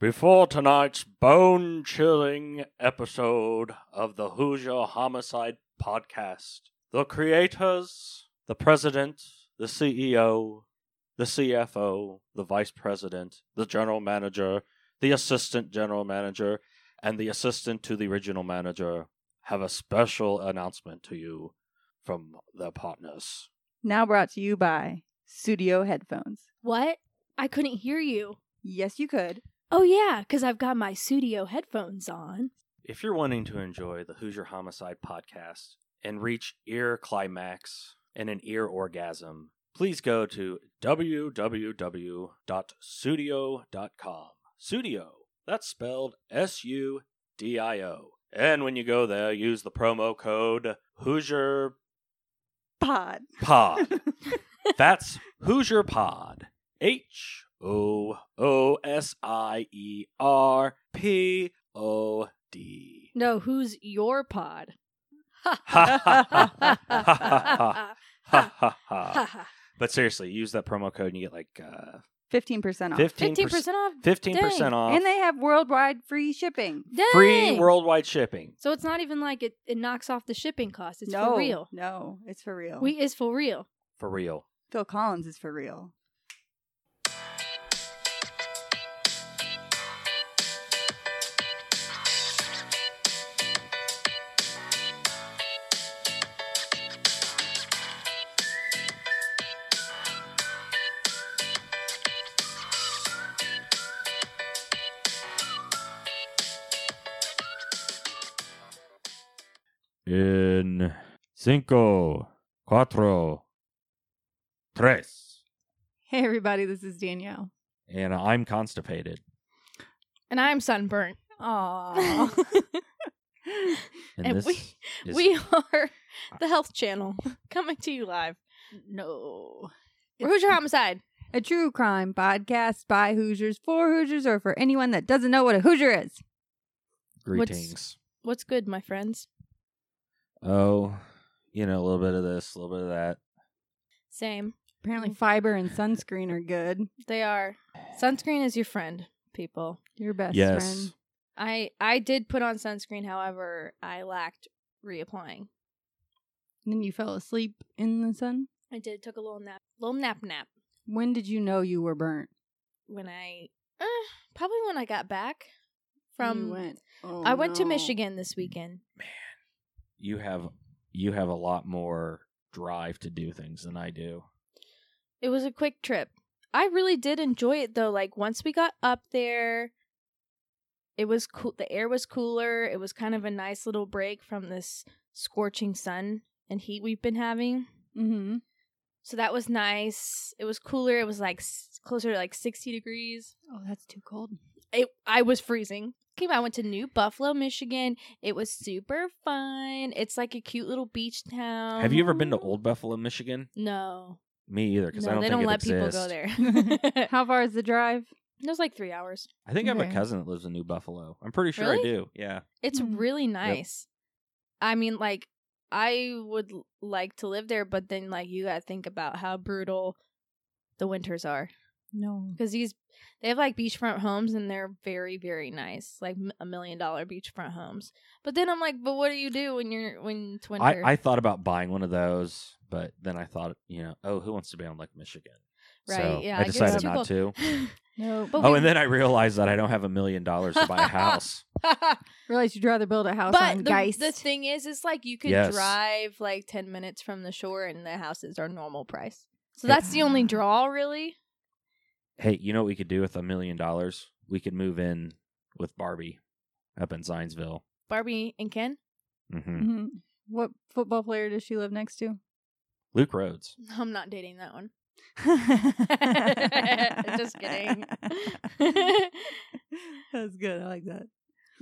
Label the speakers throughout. Speaker 1: Before tonight's bone chilling episode of the Hoosier Homicide Podcast, the creators, the president, the CEO, the CFO, the vice president, the general manager, the assistant general manager, and the assistant to the original manager have a special announcement to you from their partners.
Speaker 2: Now brought to you by Studio Headphones.
Speaker 3: What? I couldn't hear you.
Speaker 2: Yes, you could.
Speaker 3: Oh, yeah, because I've got my studio headphones on.
Speaker 1: If you're wanting to enjoy the Hoosier Homicide podcast and reach ear climax and an ear orgasm, please go to www.studio.com. Studio, that's spelled S U D I O. And when you go there, use the promo code Hoosier
Speaker 2: Pod.
Speaker 1: Pod. That's Hoosier Pod. H O O S I E R P O D.
Speaker 3: No, who's your pod?
Speaker 1: Ha ha ha ha ha
Speaker 3: Ha,
Speaker 1: ha ha ha.
Speaker 3: ha.
Speaker 1: But seriously, use that promo code and you get like uh,
Speaker 2: 15% off.
Speaker 1: 15%,
Speaker 3: 15% off?
Speaker 1: 15% off.
Speaker 2: And they have worldwide free shipping.
Speaker 3: Dang!
Speaker 1: free worldwide shipping.
Speaker 3: So it's not even like it, it knocks off the shipping cost. It's
Speaker 2: no,
Speaker 3: for real.
Speaker 2: No, it's for real.
Speaker 3: We is for real.
Speaker 1: For real.
Speaker 2: Phil Collins is for real.
Speaker 1: En cinco, cuatro, tres.
Speaker 4: Hey, everybody, this is Danielle.
Speaker 1: And I'm constipated.
Speaker 4: And I'm sunburnt. Aww.
Speaker 1: And,
Speaker 4: And
Speaker 1: this
Speaker 4: we-
Speaker 1: is
Speaker 4: we are the Health Channel coming to you live. No. We're Hoosier Homicide.
Speaker 2: A true crime podcast by Hoosiers for Hoosiers or for anyone that doesn't know what a Hoosier is.
Speaker 4: what's-
Speaker 1: greetings.
Speaker 4: What's good, my friends?
Speaker 1: Oh, you know, a little bit of this, a little bit of that.
Speaker 4: Same.
Speaker 2: Apparently, fiber and sunscreen are good.
Speaker 4: They are. Sunscreen is your friend, people.
Speaker 2: Your best friend.
Speaker 4: I I did put on sunscreen, however, I lacked reapplying.
Speaker 2: And then you fell asleep in the sun.
Speaker 4: I did took a little nap, little nap nap
Speaker 2: When did you know you were burnt?
Speaker 4: when I eh, probably when I got back
Speaker 2: You
Speaker 4: from
Speaker 2: went, "Oh,
Speaker 4: I went to
Speaker 2: no."
Speaker 4: Michigan this weekend.
Speaker 1: You have you have a lot more drive to do things than I do.
Speaker 4: It was a quick trip. I really did enjoy it though. Like once we got up there, it was cool. The air was cooler. It was kind of a nice little break from this scorching sun and heat we've been having.
Speaker 2: Mm-hmm.
Speaker 4: So that was nice. It was cooler. It was like s- closer to like 60 degrees.
Speaker 2: Oh, that's too cold.
Speaker 4: It, I was freezing. Came I went to New Buffalo, Michigan. It was super fun. It's like a cute little beach town.
Speaker 1: have you ever been to Old Buffalo, Michigan?
Speaker 4: No.
Speaker 1: Me either, because
Speaker 4: no,
Speaker 1: I don't
Speaker 4: they
Speaker 1: think it
Speaker 4: don't let
Speaker 1: exists.
Speaker 4: people go there.
Speaker 2: How far is the drive?
Speaker 4: It was like three hours.
Speaker 1: I think I have a
Speaker 2: Okay.
Speaker 1: cousin that lives in New Buffalo. I'm pretty sure I
Speaker 4: Really?
Speaker 1: do. Yeah.
Speaker 4: It's
Speaker 2: Mhm.
Speaker 4: really nice. I mean, like, I would l- like to live there, but then, like, you gotta think about how brutal the winters are
Speaker 2: No.
Speaker 4: because these they have like beachfront homes and they're very, very nice, like m- a million dollar beachfront homes. But then I'm like, but what do you do when you're when it's winter?
Speaker 1: I, I thought about buying one of those, but then I thought, you know, oh, who wants to be on Lake Michigan?
Speaker 4: Right,
Speaker 1: So
Speaker 4: yeah,
Speaker 1: I
Speaker 4: it gets
Speaker 1: decided
Speaker 4: too
Speaker 1: not
Speaker 4: cold.
Speaker 1: to.
Speaker 2: No.
Speaker 4: But
Speaker 1: Oh,
Speaker 4: we-
Speaker 1: and then I realized that I don't have a million dollars to buy a house.
Speaker 2: Realize you'd rather build a house on
Speaker 4: but the,
Speaker 2: Geist.
Speaker 4: the thing is, is like you could
Speaker 1: Yes.
Speaker 4: drive like ten minutes from the shore, and the houses are normal price. So that's the only draw, really.
Speaker 1: hey, you know what we could do with a million dollars? We could move in with Barbie up in Zionsville.
Speaker 4: Barbie and Ken.
Speaker 1: hmm
Speaker 2: Mhm. What football player does she live next to?
Speaker 1: Luke Rhodes.
Speaker 4: I'm not dating that one.
Speaker 2: Just
Speaker 4: Just kidding.
Speaker 2: That's good. I like that.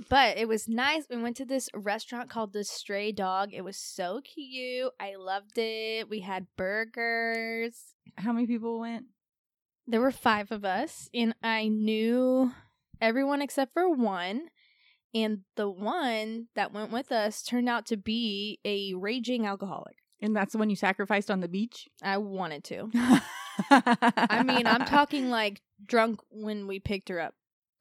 Speaker 4: but it was nice. We went to this restaurant called The Stray Dog. It was so cute. I loved it. We had burgers.
Speaker 2: How many people went?
Speaker 4: There were five of us, and I knew everyone except for one. And the one that went with us turned out to be a raging alcoholic.
Speaker 2: And that's the one you sacrificed on the beach?
Speaker 4: I wanted to.
Speaker 2: I
Speaker 4: I mean, I'm talking like drunk when we picked her up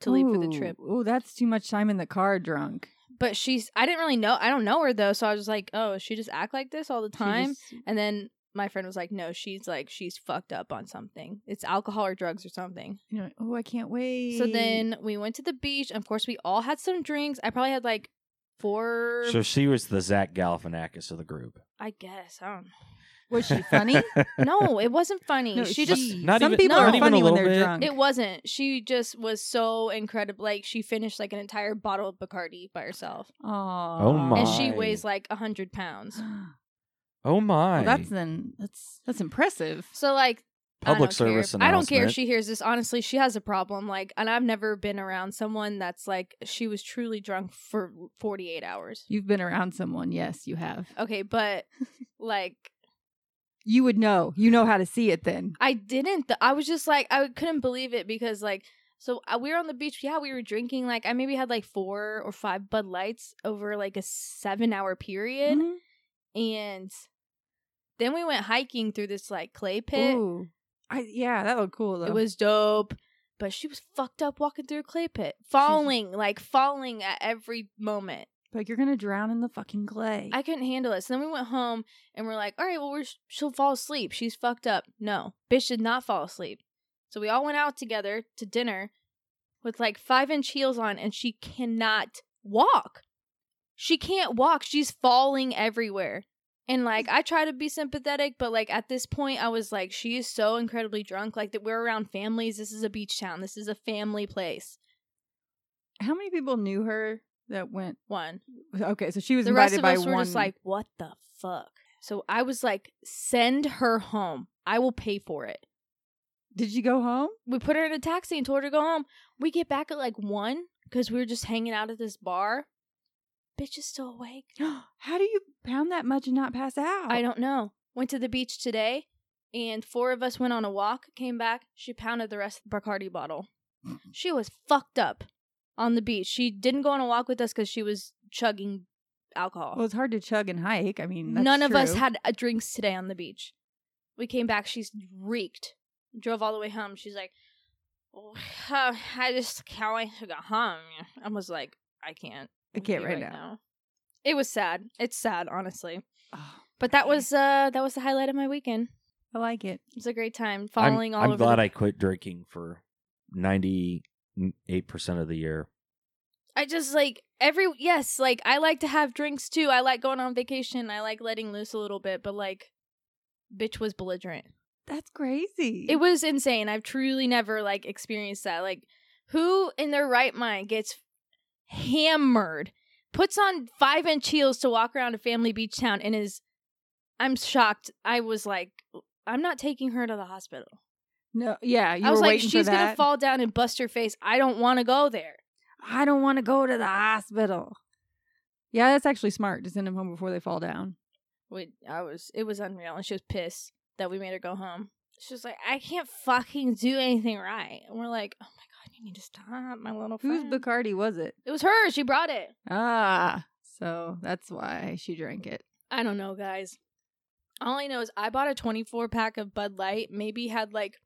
Speaker 4: to leave for the trip.
Speaker 2: Ooh, that's too much time in the car drunk.
Speaker 4: But she's I didn't really know I don't know her though, so I was just like, oh, does she just act like this all the
Speaker 2: She
Speaker 4: time.
Speaker 2: just-
Speaker 4: And then my friend was like, no, she's like she's fucked up on something. It's alcohol or drugs or something.
Speaker 2: you know, oh, I can't wait.
Speaker 4: So then we went to the beach. Of course, we all had some drinks. I probably had like four.
Speaker 1: So she was the Zach Galifianakis of the group.
Speaker 4: I guess I don't.
Speaker 2: was she funny?
Speaker 4: know. No, it wasn't funny.
Speaker 2: No,
Speaker 4: she just
Speaker 1: Not
Speaker 2: some
Speaker 1: even-
Speaker 2: people
Speaker 4: not
Speaker 2: are
Speaker 4: even
Speaker 2: funny
Speaker 1: a
Speaker 2: when
Speaker 1: little
Speaker 2: they're
Speaker 1: bit.
Speaker 2: drunk.
Speaker 4: It wasn't. She just was so incredible. Like she finished like an entire bottle of Bacardi by herself,
Speaker 2: Aw.
Speaker 1: Oh my.
Speaker 4: and she
Speaker 1: My.
Speaker 4: weighs like a hundred pounds.
Speaker 1: Oh my!
Speaker 2: Well, that's then that's that's impressive.
Speaker 4: So like I
Speaker 1: public
Speaker 4: don't care.
Speaker 1: service
Speaker 4: I don't care if
Speaker 1: announcement.
Speaker 4: she hears this. Honestly, she has a problem. Like, and I've never been around someone that's like she was truly drunk for forty eight hours.
Speaker 2: You've been around someone, yes, you have.
Speaker 4: Okay, but like
Speaker 2: You would know. You know how to see it then.
Speaker 4: I didn't. Th- I was just like I couldn't believe it because like so uh, we were on the beach. Yeah, we were drinking. Like I maybe had like four or five Bud Lights over like a seven hour period,
Speaker 1: Mm-hmm.
Speaker 2: Mhm.
Speaker 4: and then we went hiking through this like clay pit.
Speaker 2: Ooh. I yeah, that looked cool though.
Speaker 4: It was dope. But she was fucked up walking through a clay pit, falling, like falling at every moment.
Speaker 2: like you're gonna drown in the fucking clay.
Speaker 4: I couldn't handle it. So then we went home and we're like, all right, well, we're, she'll fall asleep. She's fucked up. No, bitch did not fall asleep. So we all went out together to dinner with like five inch heels on, and she cannot walk. She can't walk. She's falling everywhere. And like, I try to be sympathetic, but like at this point, I was like, she is so incredibly drunk. Like, that we're around families. This is a beach town. This is a family place.
Speaker 2: how many people knew her that went
Speaker 4: One.
Speaker 2: okay, so she was
Speaker 4: the rest
Speaker 2: invited by
Speaker 4: of us were
Speaker 2: one
Speaker 4: just like, what the fuck? So I was like, send her home. I will pay for it.
Speaker 2: Did you go home?
Speaker 4: We put her in a taxi and told her to go home. We get back at like one because we were just hanging out at this bar. Bitch is still awake.
Speaker 2: how do you pound that much and not pass out?
Speaker 4: I don't know. Went to the beach today and four of us went on a walk, came back. She pounded the rest of the Bacardi bottle. She was fucked up on the beach. She didn't go on a walk with us because she was chugging alcohol.
Speaker 2: Well, it's hard to chug and hike. I mean, that's
Speaker 4: None of us
Speaker 2: true.
Speaker 4: had uh, drinks today on the beach. We came back. She's reeked. Drove all the way home. She's like, "Oh, I just can't wait to go home. I was like, I can't.
Speaker 2: I can't
Speaker 4: do
Speaker 2: right now.
Speaker 4: It was sad. It's sad, honestly.
Speaker 2: Oh,
Speaker 4: But that was uh that was the highlight of my weekend.
Speaker 2: I like it.
Speaker 4: It was a great time.
Speaker 1: I'm-
Speaker 4: Falling all
Speaker 1: I'm
Speaker 4: over.
Speaker 1: glad
Speaker 4: the-
Speaker 1: I quit drinking for ninety eight percent of the year.
Speaker 4: I just like every yes, like I like to have drinks too. I like going on vacation. I like letting loose a little bit. But like, bitch was belligerent.
Speaker 2: That's crazy.
Speaker 4: it was insane. I've truly never like experienced that. Like, who in their right mind gets hammered, puts on five inch heels to walk around a family beach town, and is? I'm shocked. I was like, I'm not taking her to the hospital.
Speaker 2: no, yeah. You
Speaker 4: I was
Speaker 2: were
Speaker 4: like,
Speaker 2: waiting
Speaker 4: she's
Speaker 2: for
Speaker 4: gonna
Speaker 2: that.
Speaker 4: fall down and bust her face. I don't want to go there.
Speaker 2: I don't want to go to the hospital. Yeah, that's actually smart to send them home before they fall down.
Speaker 4: We, I was, it was unreal, and she was pissed that we made her go home. She was like, I can't fucking do anything right, and we're like, oh my god, you need to stop, my little
Speaker 2: Whose
Speaker 4: friend.
Speaker 2: Bacardi was it?
Speaker 4: it was her. She brought it.
Speaker 2: Ah, so that's why she drank it.
Speaker 4: I don't know, guys. All I know is I bought a 24 pack of Bud Light, maybe had like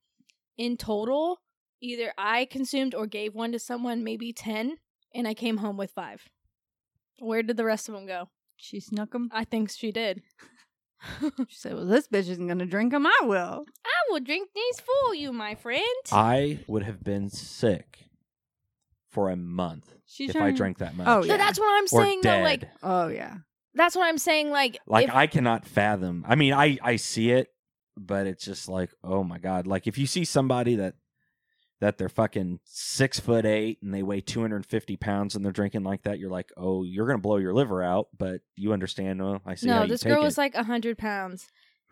Speaker 4: in total, either I consumed or gave one to someone, maybe 10, and I came home with five. Where did the rest of them go?
Speaker 2: She snuck them.
Speaker 4: I think she did. I
Speaker 2: She said, "Well, this bitch isn't gonna drink them. I will."
Speaker 4: will drink these for you, my friend.
Speaker 1: I would have been sick for a month
Speaker 2: She
Speaker 1: if I
Speaker 2: turned-
Speaker 1: drank that much.
Speaker 2: Oh,
Speaker 4: so
Speaker 2: yeah.
Speaker 4: that's what I'm
Speaker 1: or
Speaker 4: saying,
Speaker 1: dead.
Speaker 4: though. Like,
Speaker 2: Oh yeah.
Speaker 4: that's what I'm saying. Like,
Speaker 1: like
Speaker 4: if-
Speaker 1: I cannot fathom. I mean, I I see it, but it's just like, oh my god! Like if you see somebody that that they're fucking six foot eight and they weigh two hundred and fifty pounds and they're drinking like that, you're like, oh, you're gonna blow your liver out. But you understand? Well, I see. how
Speaker 4: no,
Speaker 1: you
Speaker 4: this
Speaker 1: take
Speaker 4: girl
Speaker 1: it.
Speaker 4: was like 100 pounds.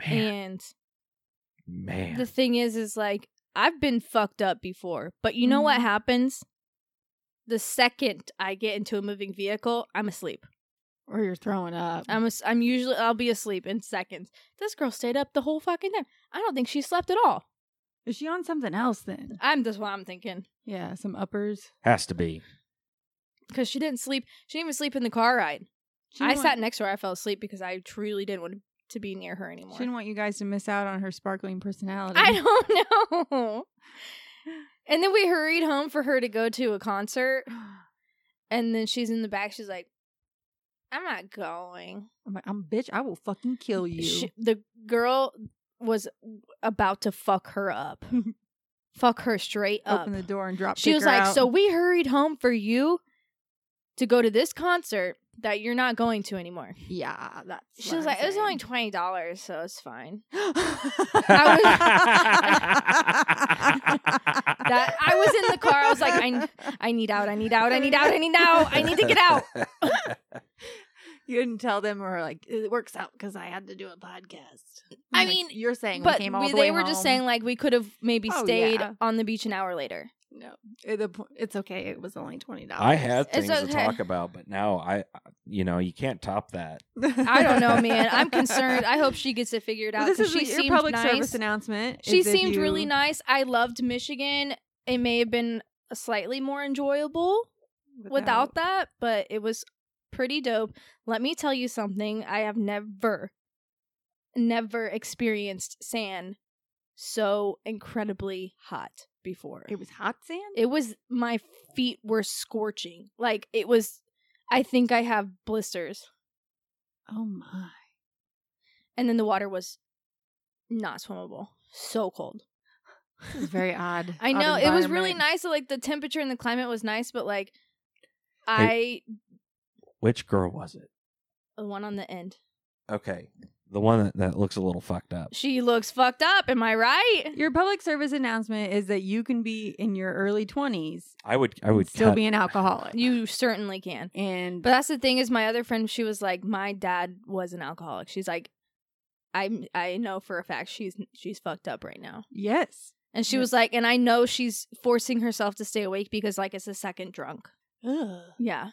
Speaker 1: man,
Speaker 4: And
Speaker 1: man.
Speaker 4: the thing is is like i've been fucked up before but you know what
Speaker 2: Mhm.
Speaker 4: happens the second i get into a moving vehicle i'm asleep
Speaker 2: Or you're throwing up.
Speaker 4: i'm as- i'm usually i'll be asleep in seconds this girl stayed up the whole fucking time i don't think she slept at all
Speaker 2: Is she on something else then?
Speaker 4: i'm that's what i'm thinking
Speaker 2: Yeah, some uppers.
Speaker 1: has to be.
Speaker 4: because she didn't sleep she didn't even sleep in the car ride
Speaker 2: She
Speaker 4: i
Speaker 2: didn't
Speaker 4: sat
Speaker 2: want-
Speaker 4: next to her i fell asleep because i truly didn't want to be near her anymore
Speaker 2: She didn't want you guys to miss out on her sparkling personality.
Speaker 4: i don't know And then we hurried home for her to go to a concert. And then she's in the back. She's like, I'm not going.
Speaker 2: I'm like, I'm bitch. I will fucking kill you.
Speaker 4: She, the girl was about to fuck her up, fuck her straight up.
Speaker 2: Open the door and drop.
Speaker 4: She
Speaker 2: kick
Speaker 4: was
Speaker 2: her
Speaker 4: like,
Speaker 2: out.
Speaker 4: So we hurried home for you to go to this concert that you're not going to anymore.
Speaker 2: yeah, that's.
Speaker 4: She
Speaker 2: what
Speaker 4: was
Speaker 2: I'm
Speaker 4: like, It was
Speaker 2: saying.
Speaker 4: only $20, so it's fine. That- I was in the car, I was like, I- I need out. I need out. I need out. I need out. I need to get out.
Speaker 2: you didn't tell them, or like, it works out because I had to do a podcast.
Speaker 4: I
Speaker 2: Like,
Speaker 4: mean,
Speaker 2: you're saying
Speaker 4: but
Speaker 2: we came all
Speaker 4: we-
Speaker 2: the
Speaker 4: they
Speaker 2: way
Speaker 4: were just
Speaker 2: home.
Speaker 4: saying like we could have maybe
Speaker 2: Oh,
Speaker 4: stayed
Speaker 2: yeah.
Speaker 4: on the beach an hour later.
Speaker 2: no. At the po- It's okay. It was only twenty dollars.
Speaker 1: I had things
Speaker 4: It's
Speaker 1: to
Speaker 4: okay.
Speaker 1: talk about, but now I, you know, you can't top that.
Speaker 4: I don't know, man. I'm concerned. I hope she gets it figured out.
Speaker 2: Well, this
Speaker 4: 'cause
Speaker 2: is
Speaker 4: she
Speaker 2: your
Speaker 4: seemed
Speaker 2: public
Speaker 4: nice.
Speaker 2: service announcement.
Speaker 4: She
Speaker 2: is if
Speaker 4: seemed really
Speaker 2: you-
Speaker 4: nice. I loved Michigan. It may have been slightly more enjoyable without that, but it was pretty dope. Let me tell you something. I have never, never experienced sand so incredibly hot before.
Speaker 2: It was hot sand.
Speaker 4: it was my feet were scorching like it was i think i have blisters
Speaker 2: oh my!
Speaker 4: and then the water was not swimmable so cold
Speaker 2: This is very odd.
Speaker 4: i
Speaker 2: odd
Speaker 4: know it was really
Speaker 2: environment.
Speaker 4: nice that, like the temperature and the climate was nice but like i
Speaker 1: Which girl was it?
Speaker 4: the one on the end
Speaker 1: Okay, the one that, that looks a little fucked up.
Speaker 4: she looks fucked up am i right
Speaker 2: Your public service announcement is that you can be in your early twenties,
Speaker 1: I would, I would
Speaker 2: still
Speaker 1: cut-
Speaker 2: be an alcoholic,
Speaker 4: you certainly can
Speaker 2: and
Speaker 4: but that's the thing is my other friend she was like my dad was an alcoholic she's like i i know for a fact she's she's fucked up right now
Speaker 2: yes,
Speaker 4: And she
Speaker 2: Yeah.
Speaker 4: was like, and I know she's forcing herself to stay awake because like it's a second drunk. Yeah.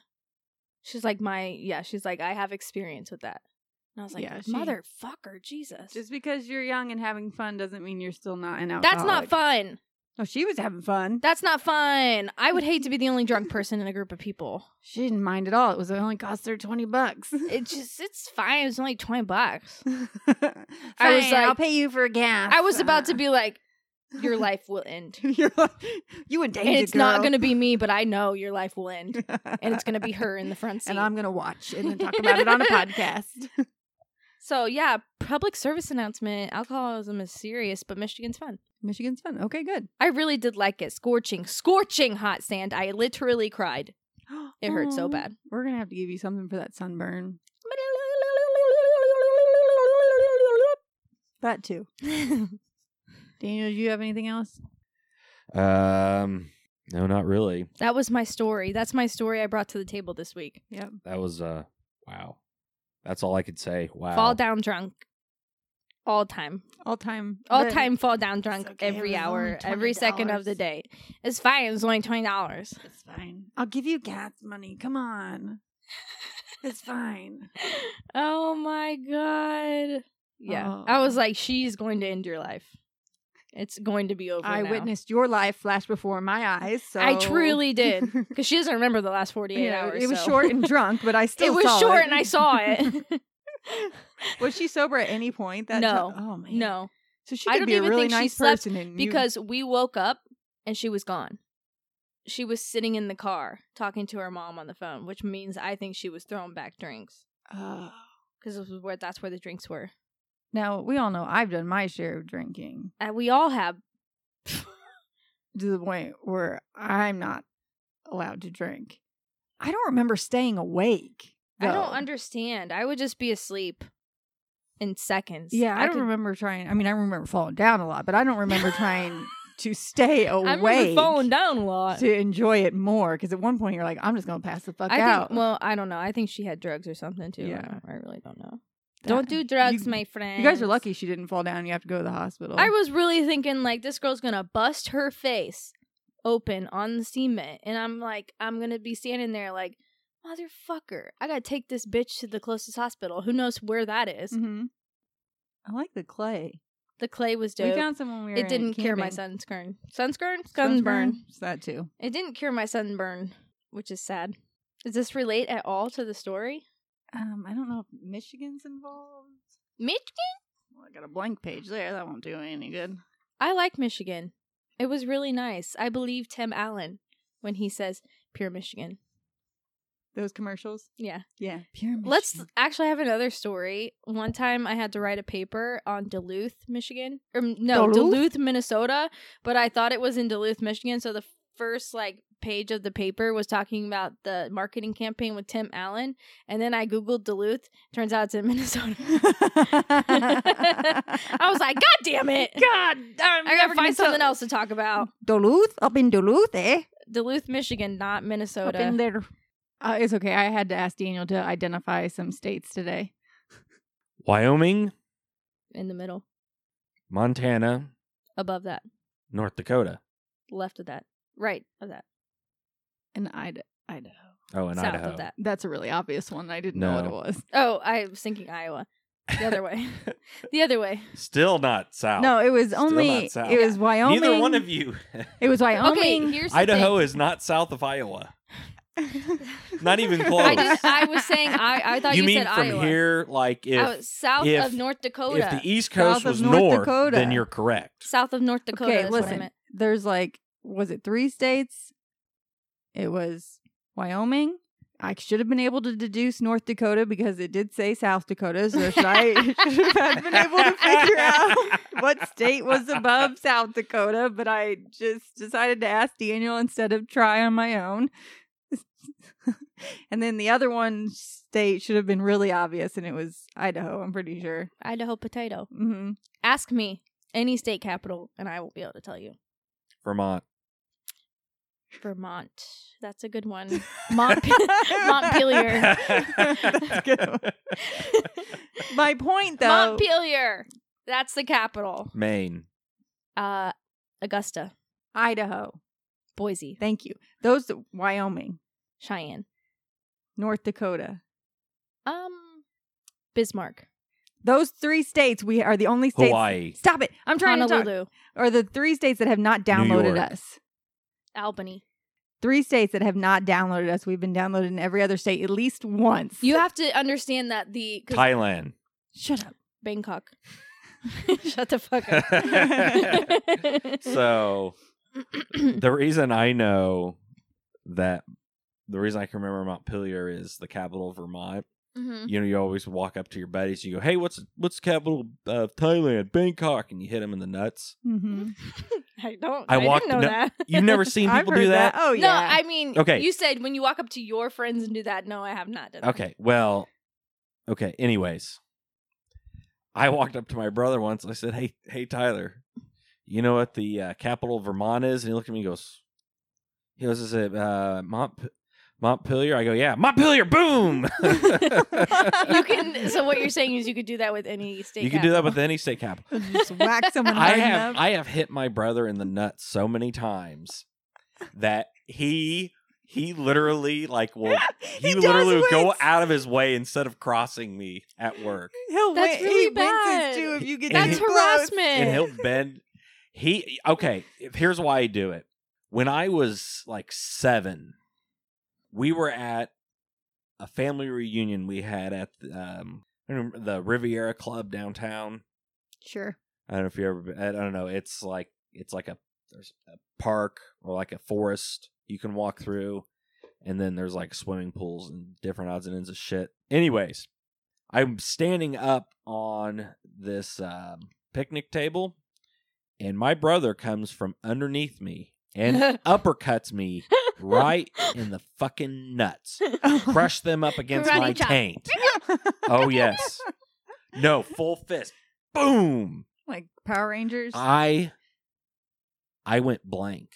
Speaker 4: She's like, my yeah, she's like, I have experience with that. And I was like,
Speaker 2: Yeah, she-
Speaker 4: motherfucker, Jesus.
Speaker 2: just because you're young and having fun doesn't mean you're still not an alcoholic.
Speaker 4: That's not fun.
Speaker 2: No, she was having fun.
Speaker 4: That's not fun. I would hate to be the only drunk person in a group of people.
Speaker 2: She didn't mind at all. It was it only cost her twenty bucks.
Speaker 4: It just it's fine. It was only twenty bucks.
Speaker 2: I was
Speaker 4: Fine,
Speaker 2: like,
Speaker 4: I'll
Speaker 2: I'll pay you for gas.
Speaker 4: I was about to be like, Your life will end.
Speaker 2: You're like, you and
Speaker 4: And it's not gonna be me, but I know your life will end. And it's gonna be her in the front seat.
Speaker 2: and I'm gonna watch and then talk about it on a podcast.
Speaker 4: So yeah, public service announcement. Alcoholism is serious, but Michigan's fun.
Speaker 2: Michigan's fun. Okay, good.
Speaker 4: I really did like it. Scorching, scorching hot sand. I literally cried. It hurt so
Speaker 2: Aw,
Speaker 4: bad.
Speaker 2: Um, We're gonna have to give you something for that sunburn. That too. Daniel, do you have anything else?
Speaker 1: Um, no, not really.
Speaker 4: that was my story. That's my story I brought to the table this week.
Speaker 2: Yep.
Speaker 1: That was uh, wow. That's all I could say. Wow.
Speaker 4: Fall down drunk. All time.
Speaker 2: All time.
Speaker 4: All
Speaker 2: but-
Speaker 4: time fall down drunk
Speaker 2: okay, it
Speaker 4: every
Speaker 2: was
Speaker 4: hour,
Speaker 2: only
Speaker 4: every second of the
Speaker 2: $20.
Speaker 4: day. It's fine. It was only $20.
Speaker 2: It's fine. I'll give you gas money. Come on. It's fine.
Speaker 4: Oh my God. Yeah. I
Speaker 2: Oh.
Speaker 4: was like, she's going to end your life. It's going to be over.
Speaker 2: I
Speaker 4: now.
Speaker 2: witnessed your life flash before my eyes. So
Speaker 4: I truly did. Because she doesn't remember the last 48
Speaker 2: Yeah,
Speaker 4: hours.
Speaker 2: it was
Speaker 4: so-
Speaker 2: short and drunk, but I still
Speaker 4: it was
Speaker 2: saw
Speaker 4: short and I saw it.
Speaker 2: was she sober at any point? That
Speaker 4: No.
Speaker 2: ti- Oh man.
Speaker 4: no,
Speaker 2: So she
Speaker 4: I
Speaker 2: could
Speaker 4: don't
Speaker 2: be a
Speaker 4: even
Speaker 2: really
Speaker 4: think she
Speaker 2: nice
Speaker 4: slept
Speaker 2: person and you-
Speaker 4: because we woke up and she was gone. She was sitting in the car talking to her mom on the phone, which means I think she was throwing back drinks
Speaker 2: Oh.
Speaker 4: because where that's where the drinks were.
Speaker 2: now we all know I've done my share of drinking
Speaker 4: And we all have.
Speaker 2: to the point where I'm not allowed to drink. I don't remember staying awake.
Speaker 4: I don't
Speaker 2: though.
Speaker 4: understand. I would just be asleep in seconds.
Speaker 2: Yeah, I, don't
Speaker 4: could-
Speaker 2: remember trying. I mean, I remember falling down a lot, but I don't remember trying to stay
Speaker 4: I
Speaker 2: awake.
Speaker 4: remember falling down a lot.
Speaker 2: to enjoy it more because at one point you're like, I'm just gonna pass the fuck
Speaker 4: I
Speaker 2: out.
Speaker 4: think. Well, I don't know. I think she had drugs or something too. I
Speaker 2: Yeah.
Speaker 4: don't- I, really don't know.
Speaker 2: That-
Speaker 4: Don't do drugs,
Speaker 2: you-
Speaker 4: my friend.
Speaker 2: You guys are lucky she didn't fall down. and You have to go to the hospital.
Speaker 4: I was really thinking like this girl's gonna bust her face open on the cement, and I'm like, I'm gonna be standing there like, motherfucker, I gotta take this bitch to the closest hospital. Who knows where that is?
Speaker 2: Mhm. I like the clay.
Speaker 4: The clay was
Speaker 2: We
Speaker 4: dope.
Speaker 2: found some when we were
Speaker 4: it didn't cure my
Speaker 2: camping.
Speaker 4: sunscreen. Sunscreen,
Speaker 2: Sunburn?
Speaker 4: sunburn.
Speaker 2: It's that too.
Speaker 4: It didn't cure my sunburn, which is sad. Does this relate at all to the story?
Speaker 2: Um, I don't know if Michigan's involved.
Speaker 4: Michigan.
Speaker 2: Well, I got a blank page there. That won't do any good.
Speaker 4: I like Michigan. It was really nice. I believe Tim Allen when he says pure Michigan.
Speaker 2: Those commercials.
Speaker 4: Yeah.
Speaker 2: Yeah. Pure
Speaker 4: Let's actually I have another story. One time I had to write a paper on Duluth, Michigan. Or mm, no,
Speaker 2: Duluth?
Speaker 4: Duluth, Minnesota, but I thought it was in Duluth, Michigan, so the first like page of the paper was talking about the marketing campaign with Tim Allen, and then I googled Duluth. Turns out it's in Minnesota. I was like, God damn it.
Speaker 2: God, I'm
Speaker 4: I
Speaker 2: never
Speaker 4: gotta
Speaker 2: gonna
Speaker 4: find something
Speaker 2: tell-
Speaker 4: else to talk about.
Speaker 2: Duluth, up in Duluth, eh?
Speaker 4: Duluth, Michigan, not Minnesota.
Speaker 2: Up in there. Uh, it's okay. I had to ask Daniel to identify some states today.
Speaker 1: Wyoming,
Speaker 4: in the middle,
Speaker 1: Montana,
Speaker 4: above that,
Speaker 1: North Dakota.
Speaker 4: left of that, right of that,
Speaker 2: And Ida- Idaho.
Speaker 1: Oh, and
Speaker 4: south
Speaker 1: Idaho.
Speaker 4: of that.
Speaker 2: That's a really obvious one. I didn't know
Speaker 1: No.
Speaker 2: what it was.
Speaker 4: Oh, I was thinking Iowa. The other way. the other way.
Speaker 1: Still not south.
Speaker 2: No, it was
Speaker 1: Oh. Still
Speaker 2: only
Speaker 1: not south.
Speaker 2: it was Wyoming.
Speaker 1: Neither one of you.
Speaker 2: It was Wyoming.
Speaker 4: okay, here's the
Speaker 1: Idaho
Speaker 4: thing.
Speaker 1: is not south of Iowa. Not even close.
Speaker 4: I, did, I was saying I. I thought you,
Speaker 1: mean
Speaker 4: said
Speaker 1: from
Speaker 4: Iowa.
Speaker 1: here, like if
Speaker 4: I was south
Speaker 1: if-
Speaker 4: of North Dakota.
Speaker 1: if the East
Speaker 2: South
Speaker 1: Coast
Speaker 2: of
Speaker 1: was
Speaker 2: North
Speaker 1: north,
Speaker 2: Dakota.
Speaker 1: then you're correct.
Speaker 4: south of North Dakota.
Speaker 2: Okay,
Speaker 4: is what I
Speaker 2: listen.
Speaker 4: meant.
Speaker 2: There's like, was it three states? It was Wyoming. I should have been able to deduce North Dakota because it did say South Dakota. So should I should have been able to figure out what state was above South Dakota, but I just decided to ask Daniel instead of try on my own. and then the other one state should have been really obvious, and it was Idaho, I'm pretty sure.
Speaker 4: Idaho potato.
Speaker 2: hmm
Speaker 4: Ask me any state capital, and I will be able to tell you.
Speaker 1: Vermont.
Speaker 4: Vermont. That's a good one. Mont- Montpelier.
Speaker 2: That's a good one. My point, though.
Speaker 4: Montpelier. That's the capital.
Speaker 1: Maine.
Speaker 4: Uh, Augusta,
Speaker 2: Idaho.
Speaker 4: Boise,
Speaker 2: Thank you. Those Wyoming,
Speaker 4: Cheyenne,
Speaker 2: North Dakota.
Speaker 4: um, Bismarck,
Speaker 2: Those three states we are the only states.
Speaker 1: Hawaii.
Speaker 2: Stop it! I'm trying to talk.
Speaker 4: Honolulu,
Speaker 2: Are the three states that have not
Speaker 1: York.
Speaker 2: downloaded us?
Speaker 4: Albany.
Speaker 2: Three states that have not downloaded us. We've been downloaded in every other state at least once.
Speaker 4: You have to understand that the 'cause
Speaker 1: Thailand.
Speaker 2: shut up.
Speaker 4: Bangkok. Shut the fuck up.
Speaker 1: so the reason I know that the reason I can remember Montpelier is the capital of Vermont.
Speaker 4: Mhm.
Speaker 1: You know, you always walk up to your buddies and you go, "Hey, what's what's the capital of Thailand? Bangkok," and you hit them in the nuts.
Speaker 2: Mm-hmm.
Speaker 4: I don't.
Speaker 1: I
Speaker 4: I,
Speaker 1: walked-
Speaker 4: didn't know
Speaker 1: no,
Speaker 4: that.
Speaker 1: You've never seen people do that?
Speaker 2: Oh
Speaker 4: No,
Speaker 2: yeah.
Speaker 4: I mean,
Speaker 1: Okay.
Speaker 4: You said when you walk up to your friends and do that. No, I have not done. that.
Speaker 1: Okay, well, okay. Anyways, I walked up to my brother once. I said, "Hey, hey, Tyler, you know what the uh, capital of Vermont is?" And he looked at me and goes, "He goes, is it uh, Mont Montpelier?" I go, "Yeah, Montpelier." Boom.
Speaker 4: You can. So what you're saying is you could do that with any state.
Speaker 1: you can do that
Speaker 4: capital.
Speaker 1: with any state capital.
Speaker 2: Just whack someone.
Speaker 1: I
Speaker 2: hard
Speaker 1: have
Speaker 2: enough.
Speaker 1: I have hit my brother in the nuts so many times that he he literally like will he,
Speaker 2: does
Speaker 1: literally would go
Speaker 2: wince.
Speaker 1: out of his way instead of crossing me at work.
Speaker 2: He'll
Speaker 4: That's
Speaker 2: win-
Speaker 4: really
Speaker 2: he
Speaker 4: bad.
Speaker 2: winces too if you get
Speaker 1: And
Speaker 4: That's
Speaker 2: too close.
Speaker 1: and
Speaker 4: harassment.
Speaker 1: he'll bend. He okay. if- Here's why I do it. When I was like seven, we were at a family reunion we had at um, I don't remember- the Riviera Club downtown.
Speaker 2: Sure.
Speaker 1: I don't know if you ever. been- I don't know. It's like it's like a there's a park or like a forest you can walk through, and then there's like swimming pools and different odds and ends of shit. Anyways, I'm standing up on this um, picnic table, and my brother comes from underneath me and uppercuts me right in the fucking nuts, crush them up against
Speaker 4: Karate
Speaker 1: my
Speaker 4: chop.
Speaker 1: taint. Oh yes, no full fist, boom.
Speaker 2: like Power Rangers.
Speaker 1: I I went blank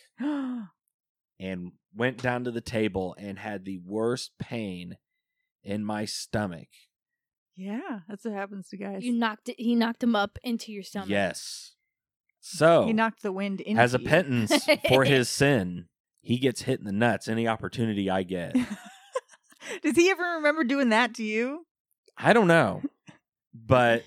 Speaker 1: and went down to the table and had the worst pain in my stomach.
Speaker 2: yeah, that's what happens to guys.
Speaker 4: You knocked it. He knocked him up into your stomach.
Speaker 1: Yes. So
Speaker 2: He knocked the wind into
Speaker 1: as Oh. a
Speaker 2: you.
Speaker 1: penance for his sin, he gets hit in the nuts any opportunity I get.
Speaker 2: Does he ever remember doing that to you?
Speaker 1: I don't know. But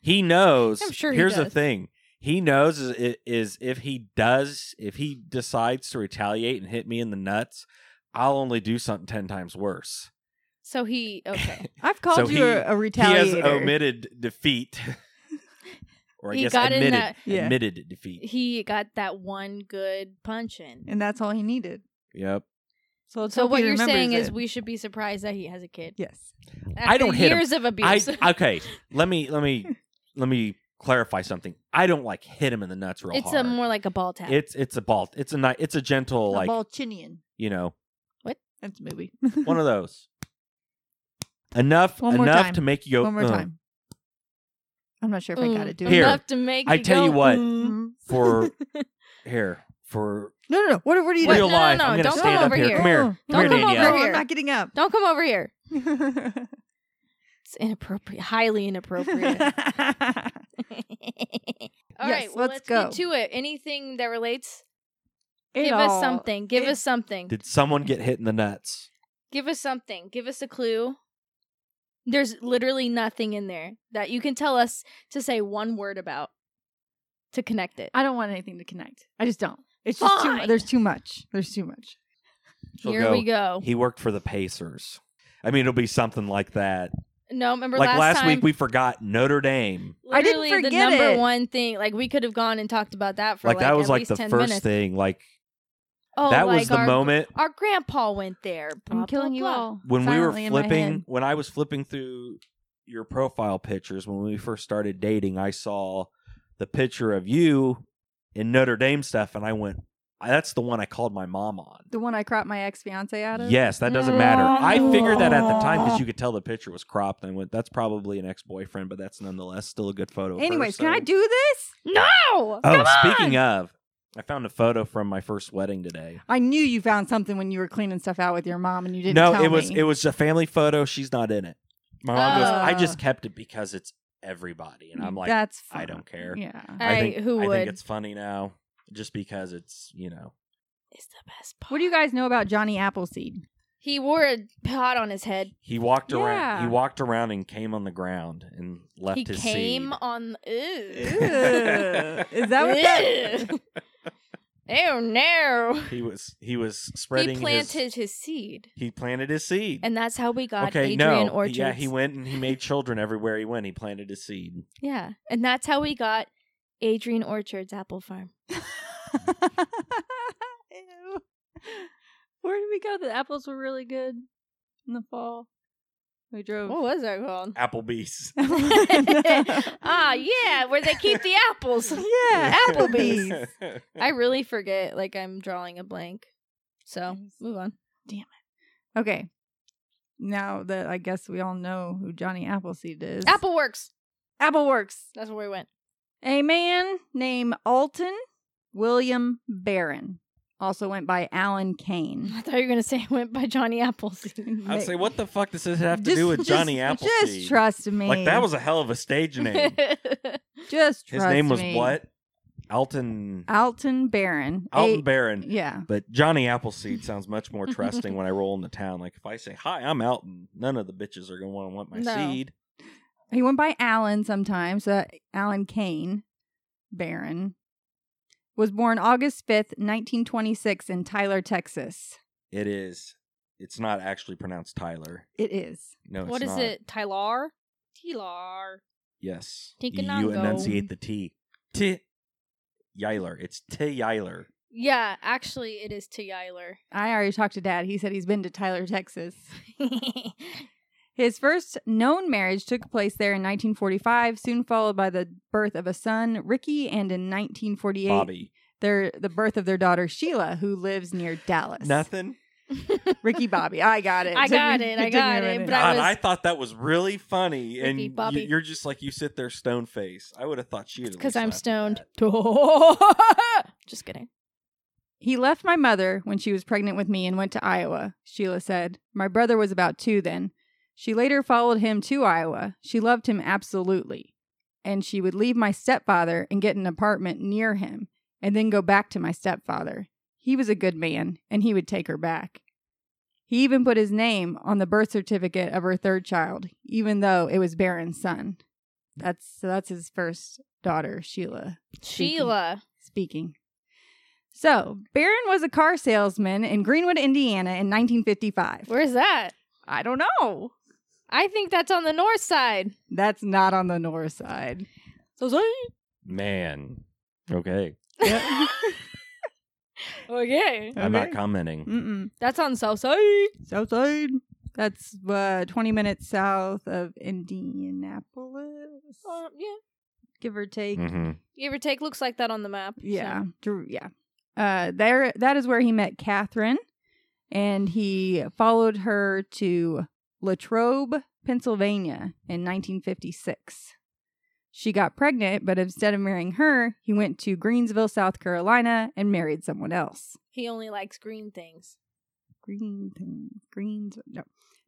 Speaker 1: he knows.
Speaker 4: I'm sure he
Speaker 1: Here's the
Speaker 4: does.
Speaker 1: thing. He knows is, i- is if he does, if he decides to retaliate and hit me in the nuts, I'll only do something 10 times worse.
Speaker 4: So he okay.
Speaker 2: I've called
Speaker 1: So
Speaker 2: you
Speaker 1: he-
Speaker 2: a, a retaliator.
Speaker 1: He has omitted defeat. or I
Speaker 4: He
Speaker 1: guess
Speaker 4: got in
Speaker 1: admitted
Speaker 4: that-
Speaker 2: Yeah.
Speaker 1: admitted defeat.
Speaker 4: He got that one good punch in.
Speaker 2: and that's all he needed.
Speaker 1: Yep.
Speaker 2: So, it's
Speaker 4: so
Speaker 2: how
Speaker 4: what
Speaker 2: he
Speaker 4: you're
Speaker 2: remembers
Speaker 4: saying is,
Speaker 2: it.
Speaker 4: we should be surprised that he has a kid.
Speaker 2: yes,
Speaker 1: I don't
Speaker 4: After
Speaker 1: hit him.
Speaker 4: years of
Speaker 1: I
Speaker 4: abuse.
Speaker 1: okay. Let me let me let me clarify something. I don't like hit him in the nuts real
Speaker 4: it's
Speaker 1: hard.
Speaker 4: a more like a ball tap.
Speaker 1: it's it's a ball. It's a ni- it's a gentle like
Speaker 2: Balchinian.
Speaker 1: you know
Speaker 2: That's a movie.
Speaker 1: one of those. Enough
Speaker 2: One more
Speaker 1: enough
Speaker 2: time.
Speaker 1: to make you go uh,
Speaker 2: One more
Speaker 1: "Ugh."
Speaker 2: time. I'm not sure if I got to
Speaker 4: Mm.
Speaker 2: do
Speaker 1: Here.
Speaker 2: it.
Speaker 4: enough to make.
Speaker 1: I tell you
Speaker 4: go,
Speaker 1: what.
Speaker 4: "Mm."
Speaker 1: for here for
Speaker 2: No, no, no. What, what are you
Speaker 4: Wait,
Speaker 1: real
Speaker 2: doing?
Speaker 4: no, no,
Speaker 1: life.
Speaker 4: no,
Speaker 1: I'm gonna
Speaker 4: don't
Speaker 1: stand
Speaker 4: come
Speaker 1: up
Speaker 4: over
Speaker 1: here.
Speaker 4: here.
Speaker 1: Come here.
Speaker 2: No,
Speaker 1: Come here,
Speaker 4: Don't come over
Speaker 1: Danielle.
Speaker 2: No, I'm
Speaker 4: here.
Speaker 2: not getting up.
Speaker 4: Don't come over here. It's inappropriate, highly inappropriate. All
Speaker 2: Yes,
Speaker 4: right, well,
Speaker 2: let's
Speaker 4: let's,
Speaker 2: go.
Speaker 4: get to it. Anything that relates?
Speaker 2: It
Speaker 4: Give
Speaker 2: all-
Speaker 4: us something. Give
Speaker 2: it-
Speaker 4: us something.
Speaker 1: Did someone get hit in the nuts?
Speaker 4: Give us something. Give us a clue. There's literally nothing in there that you can tell us to say one word about to connect it.
Speaker 2: I don't want anything to connect. I just don't. It's just too,
Speaker 4: Fine.
Speaker 2: there's too much. There's too much.
Speaker 1: She'll
Speaker 4: Here we go.
Speaker 1: He worked for the Pacers. I mean, it'll be something like that.
Speaker 4: No, remember
Speaker 1: like
Speaker 4: last,
Speaker 1: last
Speaker 4: time,
Speaker 1: week, we forgot Notre Dame.
Speaker 2: I didn't
Speaker 4: literally the
Speaker 2: forget
Speaker 4: number
Speaker 2: it.
Speaker 4: one thing. Like we could have gone and talked about that for
Speaker 1: Like,
Speaker 4: like,
Speaker 1: that was
Speaker 4: at
Speaker 1: like
Speaker 4: least
Speaker 1: the
Speaker 4: 10
Speaker 1: first
Speaker 4: minutes.
Speaker 1: thing. Like
Speaker 4: Oh,
Speaker 1: that was
Speaker 4: like
Speaker 1: the
Speaker 4: our,
Speaker 1: moment
Speaker 4: Our grandpa went there. Blah,
Speaker 2: I'm killing
Speaker 4: blah,
Speaker 2: you
Speaker 4: blah.
Speaker 2: all.
Speaker 1: when we were
Speaker 2: silently in my head.
Speaker 1: flipping. When I was flipping through your profile pictures when we first started dating, I saw the picture of you in Notre Dame stuff, and I went, "That's the one I called my mom on."
Speaker 2: The one I cropped my ex fiance out of?
Speaker 1: Yes, that doesn't matter. I figured that at the time because you could tell the picture was cropped. And I went, that's probably an ex boyfriend, but that's nonetheless still a good photo. of her,
Speaker 2: Anyways, can
Speaker 1: so-
Speaker 2: I do this?
Speaker 4: No.
Speaker 1: Oh, speaking of, I found a photo from my first wedding today.
Speaker 2: I knew you found something when you were cleaning stuff out with your mom and you didn't
Speaker 1: no,
Speaker 2: tell
Speaker 1: it was
Speaker 2: me.
Speaker 1: it was a family photo. She's not in it. My mom goes, I
Speaker 2: Oh.
Speaker 1: just kept it because it's everybody, and I'm like,
Speaker 2: That's
Speaker 1: I
Speaker 2: fun.
Speaker 1: don't care.
Speaker 2: Yeah.
Speaker 1: I think
Speaker 4: I- who
Speaker 1: I
Speaker 4: would?
Speaker 1: think it's funny now, just because it's you know.
Speaker 4: It's the best part.
Speaker 2: What do you guys know about Johnny Appleseed?
Speaker 4: He wore a pot on his head.
Speaker 1: He walked around.
Speaker 2: Yeah.
Speaker 1: He walked around and came on the ground and left
Speaker 4: he
Speaker 1: his
Speaker 4: came
Speaker 1: seed.
Speaker 4: on.
Speaker 2: Ew.
Speaker 4: Ew.
Speaker 2: Is that what that?
Speaker 4: Ew. Ew, no.
Speaker 1: He was he was spreading.
Speaker 4: he
Speaker 1: his-
Speaker 4: planted his, seed,
Speaker 1: He planted his seed.
Speaker 4: and that's how we got
Speaker 1: okay,
Speaker 4: Adrian
Speaker 1: no,
Speaker 4: Orchards.
Speaker 1: yeah, he went and he made children everywhere he went. He planted his seed.
Speaker 4: Yeah, and that's how we got Adrian Orchards Apple Farm.
Speaker 2: Ew. Where did we go? The apples were really good in the fall. We drove.
Speaker 1: Oh.
Speaker 4: What was that called?
Speaker 1: Applebee's.
Speaker 4: ah, yeah, where they keep the apples.
Speaker 2: yeah, Applebee's.
Speaker 4: I really forget. Like I'm drawing a blank. So move on.
Speaker 2: Okay. Now that I guess we all know who Johnny Appleseed is.
Speaker 4: Apple Works.
Speaker 2: Appleworks.
Speaker 4: That's where we went.
Speaker 2: A man named Alton William Barron also went by Alan Kane.
Speaker 4: I thought you were gonna say it went by Johnny Apples.
Speaker 1: I'd say, what the fuck does this have to
Speaker 2: Just-
Speaker 1: do with Johnny
Speaker 2: just-
Speaker 1: Appleseed?
Speaker 2: Just trust me.
Speaker 1: Like that was a hell of a stage name.
Speaker 2: just
Speaker 1: His
Speaker 2: trust
Speaker 1: name was
Speaker 2: me.
Speaker 1: what? Alton
Speaker 2: Alton Barron.
Speaker 1: Alton
Speaker 2: A-
Speaker 1: Barron.
Speaker 2: Yeah.
Speaker 1: But Johnny Appleseed sounds much more trusting when I roll into town. Like if I say, "Hi, I'm Alton," none of the bitches are gonna want to want my
Speaker 4: No.
Speaker 1: seed.
Speaker 2: He went by Alan sometimes. Uh, Alan Kane Barron was born August 5th, 1926 in Tyler, Texas.
Speaker 1: It is. It's not actually pronounced Tyler.
Speaker 2: It is.
Speaker 1: No, it's
Speaker 4: what is
Speaker 1: not.
Speaker 4: it? Tylar? Tylar.
Speaker 1: Yes.
Speaker 4: Ticonongo.
Speaker 1: You enunciate the T. T. Yiler. It's T. Yiler.
Speaker 4: Yeah, actually, it is Tyler.
Speaker 2: I already talked to dad. He said he's been to Tyler, Texas. His first known marriage took place there in 1945, soon followed by the birth of a son, Ricky, and in 1948,
Speaker 1: Bobby.
Speaker 2: their the birth of their daughter Sheila, who lives near Dallas.
Speaker 1: Nothing.
Speaker 2: Ricky Bobby. I got it.
Speaker 4: I
Speaker 2: Took me-
Speaker 4: got it, I
Speaker 2: took me
Speaker 4: got
Speaker 2: a
Speaker 4: it,
Speaker 2: minute.
Speaker 4: But I
Speaker 1: God,
Speaker 4: was-
Speaker 1: I thought that was really funny, and
Speaker 4: Ricky
Speaker 1: you-
Speaker 4: Bobby.
Speaker 1: you're just like you sit there stone face. I would have thought she.
Speaker 4: Because I'm stoned. Just kidding.
Speaker 2: He left my mother when she was pregnant with me and went to Iowa, Sheila said. My brother was about two then. She later followed him to Iowa. She loved him absolutely. And she would leave my stepfather and get an apartment near him and then go back to my stepfather. He was a good man and he would take her back. He even put his name on the birth certificate of her third child, even though it was Barron's son. That's so that's his first daughter, Sheila Speaking.
Speaker 4: Sheila.
Speaker 2: speaking. So, Barron was a car salesman in Greenwood, Indiana in 1955.
Speaker 4: Where's that?
Speaker 2: I don't know.
Speaker 4: I think that's on the north side.
Speaker 2: That's not on the north side.
Speaker 4: So
Speaker 1: Man. Okay.
Speaker 4: okay.
Speaker 1: I'm not
Speaker 2: Okay.
Speaker 1: commenting.
Speaker 2: Mm-mm.
Speaker 4: That's on Southside.
Speaker 2: Southside. That's uh, 20 minutes south of Indianapolis,
Speaker 4: Uh, yeah.
Speaker 2: give or take.
Speaker 1: hmm
Speaker 4: Give or take, looks like that on the map. so.
Speaker 2: Yeah, Drew, yeah. Uh, there, that is where he met Catherine, and he followed her to Latrobe, Pennsylvania, in 1956. She got pregnant, but instead of marrying her, he went to Greensville, South Carolina, and married someone else.
Speaker 4: He only likes green things.
Speaker 2: Green thing, greens. No.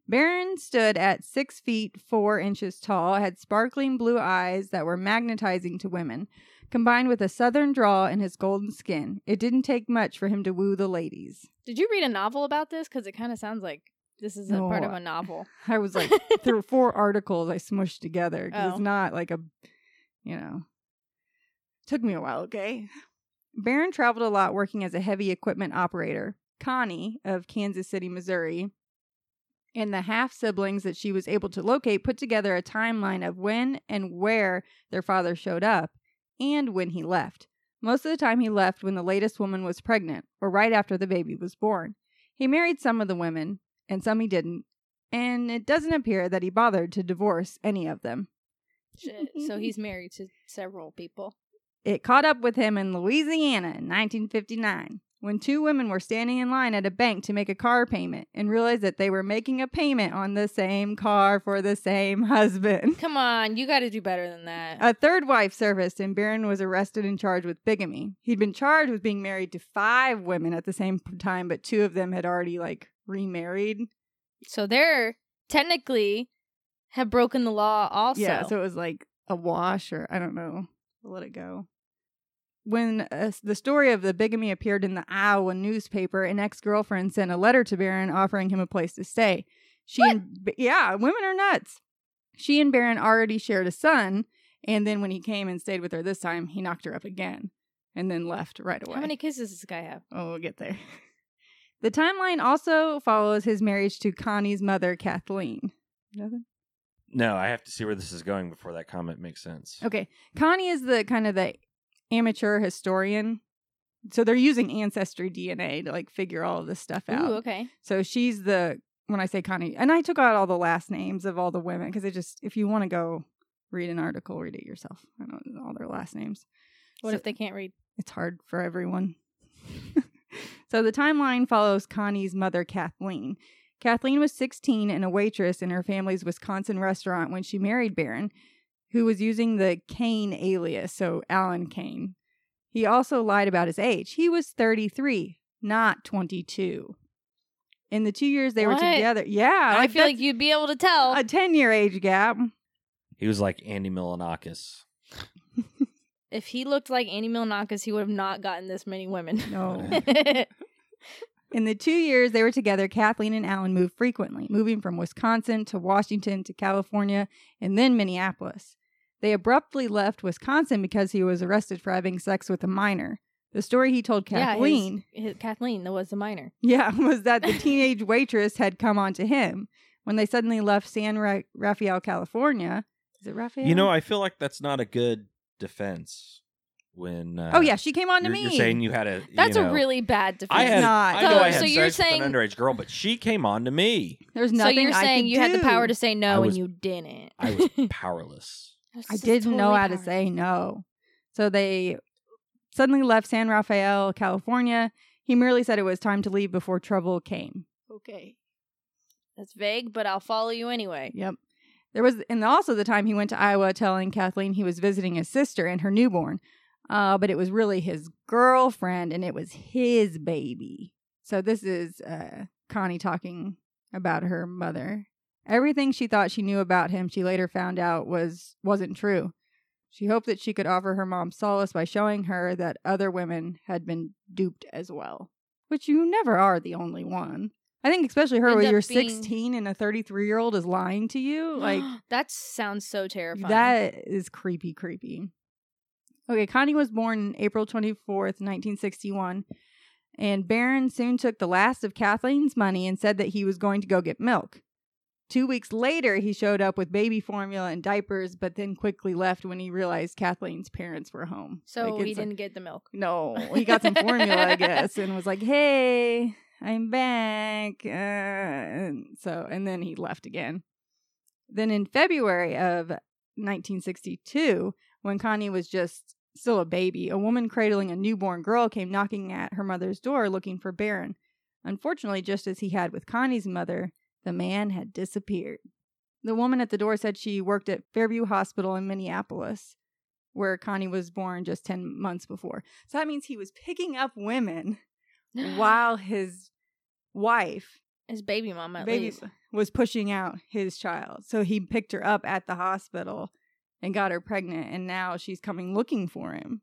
Speaker 2: Barron stood at six feet four inches tall, had sparkling blue eyes that were magnetizing to women, combined with a southern drawl and his golden skin. It didn't take much for him to woo the ladies.
Speaker 4: Did you read a novel about this? Because it kind of sounds like this is a part
Speaker 2: No.
Speaker 4: of a novel.
Speaker 2: I was like, through four articles I smushed together. 'cause
Speaker 4: Oh.
Speaker 2: It's not like a, you know, took me a while. Okay. Barron traveled a lot working as a heavy equipment operator. Connie of Kansas City, Missouri, and the half siblings that she was able to locate put together a timeline of when and where their father showed up and when he left. Most of the time, he left when the latest woman was pregnant or right after the baby was born. He married some of the women and some he didn't, and it doesn't appear that he bothered to divorce any of them.
Speaker 4: Shit. so he's married to several people.
Speaker 2: It caught up with him in Louisiana in 1959 when two women were standing in line at a bank to make a car payment and realized that they were making a payment on the same car for the same husband.
Speaker 4: Come on, you got to do better than that.
Speaker 2: A third wife surfaced and Barron was arrested and charged with bigamy. He'd been charged with being married to five women at the same p- time, but two of them had already like remarried.
Speaker 4: so they're technically have broken the law also.
Speaker 2: Yeah, so it was like a wash, or I don't know, let it go. When uh, the story of the bigamy appeared in the Iowa newspaper, an ex girlfriend sent a letter to Barron offering him a place to stay. She and B- yeah, women are nuts. She and Barron already shared a son, and then when he came and stayed with her this time, he knocked her up again, and then left right away.
Speaker 4: How many kids does this guy have?
Speaker 2: Oh, we'll get there. The timeline also follows his marriage to Connie's mother, Kathleen. Nothing.
Speaker 1: No, I have to see where this is going before that comment makes sense.
Speaker 2: Okay. Connie is the kind of the amateur historian. So they're using ancestry DNA to like figure all of this stuff out.
Speaker 4: Ooh, okay.
Speaker 2: So she's the when I say Connie, and I took out all the last names of all the women because it just if you want to go read an article, read it yourself. I don't know all their last names.
Speaker 4: What
Speaker 2: So-
Speaker 4: if they can't read?
Speaker 2: it's hard for everyone. so the timeline follows Connie's mother, Kathleen. Kathleen was 16 and a waitress in her family's Wisconsin restaurant when she married Barron, who was using the Kane alias, so Alan Kane. He also lied about his age. He was 33, not 22. In the two years they
Speaker 4: What?
Speaker 2: were together, yeah,
Speaker 4: I feel
Speaker 2: that's
Speaker 4: like you'd be able to tell.
Speaker 2: a 10 year age gap.
Speaker 1: He was like Andy Milanakis.
Speaker 4: if he looked like Annie Milonakis, he would have not gotten this many women.
Speaker 2: No.
Speaker 4: That's
Speaker 2: In the two years they were together, Kathleen and Alan moved frequently, moving from Wisconsin to Washington to California and then Minneapolis. They abruptly left Wisconsin because he was arrested for having sex with a minor. The story he told
Speaker 4: Yeah, his-
Speaker 2: Kathleen,
Speaker 4: his- Kathleen that was the minor.
Speaker 2: yeah, was that the teenage waitress had come on to him when they suddenly left San Ra- Rafael, California. Is it Rafael?
Speaker 1: You know, I feel like that's not a good defense when. Uh,
Speaker 2: oh yeah, she came on to
Speaker 1: you're,
Speaker 2: me.
Speaker 1: you're saying you had a. you
Speaker 4: That's
Speaker 1: know-
Speaker 4: a really bad defense.
Speaker 1: I had.
Speaker 2: not.
Speaker 1: I know I had
Speaker 4: So- so
Speaker 1: sex
Speaker 4: you're
Speaker 1: with
Speaker 4: saying-
Speaker 1: an underage girl, but she came on to me.
Speaker 2: There's
Speaker 4: so
Speaker 2: nothing
Speaker 4: you're
Speaker 2: I
Speaker 4: saying
Speaker 2: could
Speaker 4: you had the
Speaker 2: do.
Speaker 4: power to say
Speaker 1: I
Speaker 4: no
Speaker 1: was-
Speaker 4: and you didn't.
Speaker 1: I was powerless.
Speaker 2: I didn't know how to say no. So they suddenly left San Rafael, California. He merely said it was time to leave before trouble came.
Speaker 4: Okay. That's vague, but I'll follow you anyway.
Speaker 2: Yep. There was, and also the time he went to Iowa telling Kathleen he was visiting his sister and her newborn, uh, but it was really his girlfriend and it was his baby. So this is uh, Connie talking about her mother. Everything she thought she knew about him, she later found out was wasn't true. She hoped that she could offer her mom solace by showing her that other women had been duped as well, which you never are the only one. I think especially her
Speaker 4: End
Speaker 2: where
Speaker 4: up
Speaker 2: you're
Speaker 4: being-
Speaker 2: 16 and a 33 year old is lying to you, like
Speaker 4: that sounds so terrifying.
Speaker 2: that is creepy, creepy. Okay, Connie was born April 24th, 1961, and Barron soon took the last of Kathleen's money and said that he was going to go get milk. Two weeks later, he showed up with baby formula and diapers, but then quickly left when he realized Kathleen's parents were home.
Speaker 4: So
Speaker 2: Like,
Speaker 4: he
Speaker 2: it's a-
Speaker 4: didn't get the milk.
Speaker 2: no, he got some formula, I guess, and was like, "Hey, I'm back." Uh, and so, and then he left again. Then in February of 1962, when Connie was just still a baby, a woman cradling a newborn girl came knocking at her mother's door looking for Baron. Unfortunately, just as he had with Connie's mother, the man had disappeared. The woman at the door said she worked at Fairview Hospital in Minneapolis, where Connie was born just 10 months before. So that means he was picking up women while his wife
Speaker 4: His baby mama at
Speaker 2: baby
Speaker 4: least.
Speaker 2: was pushing out his child. So he picked her up at the hospital and got her pregnant, and now she's coming looking for him.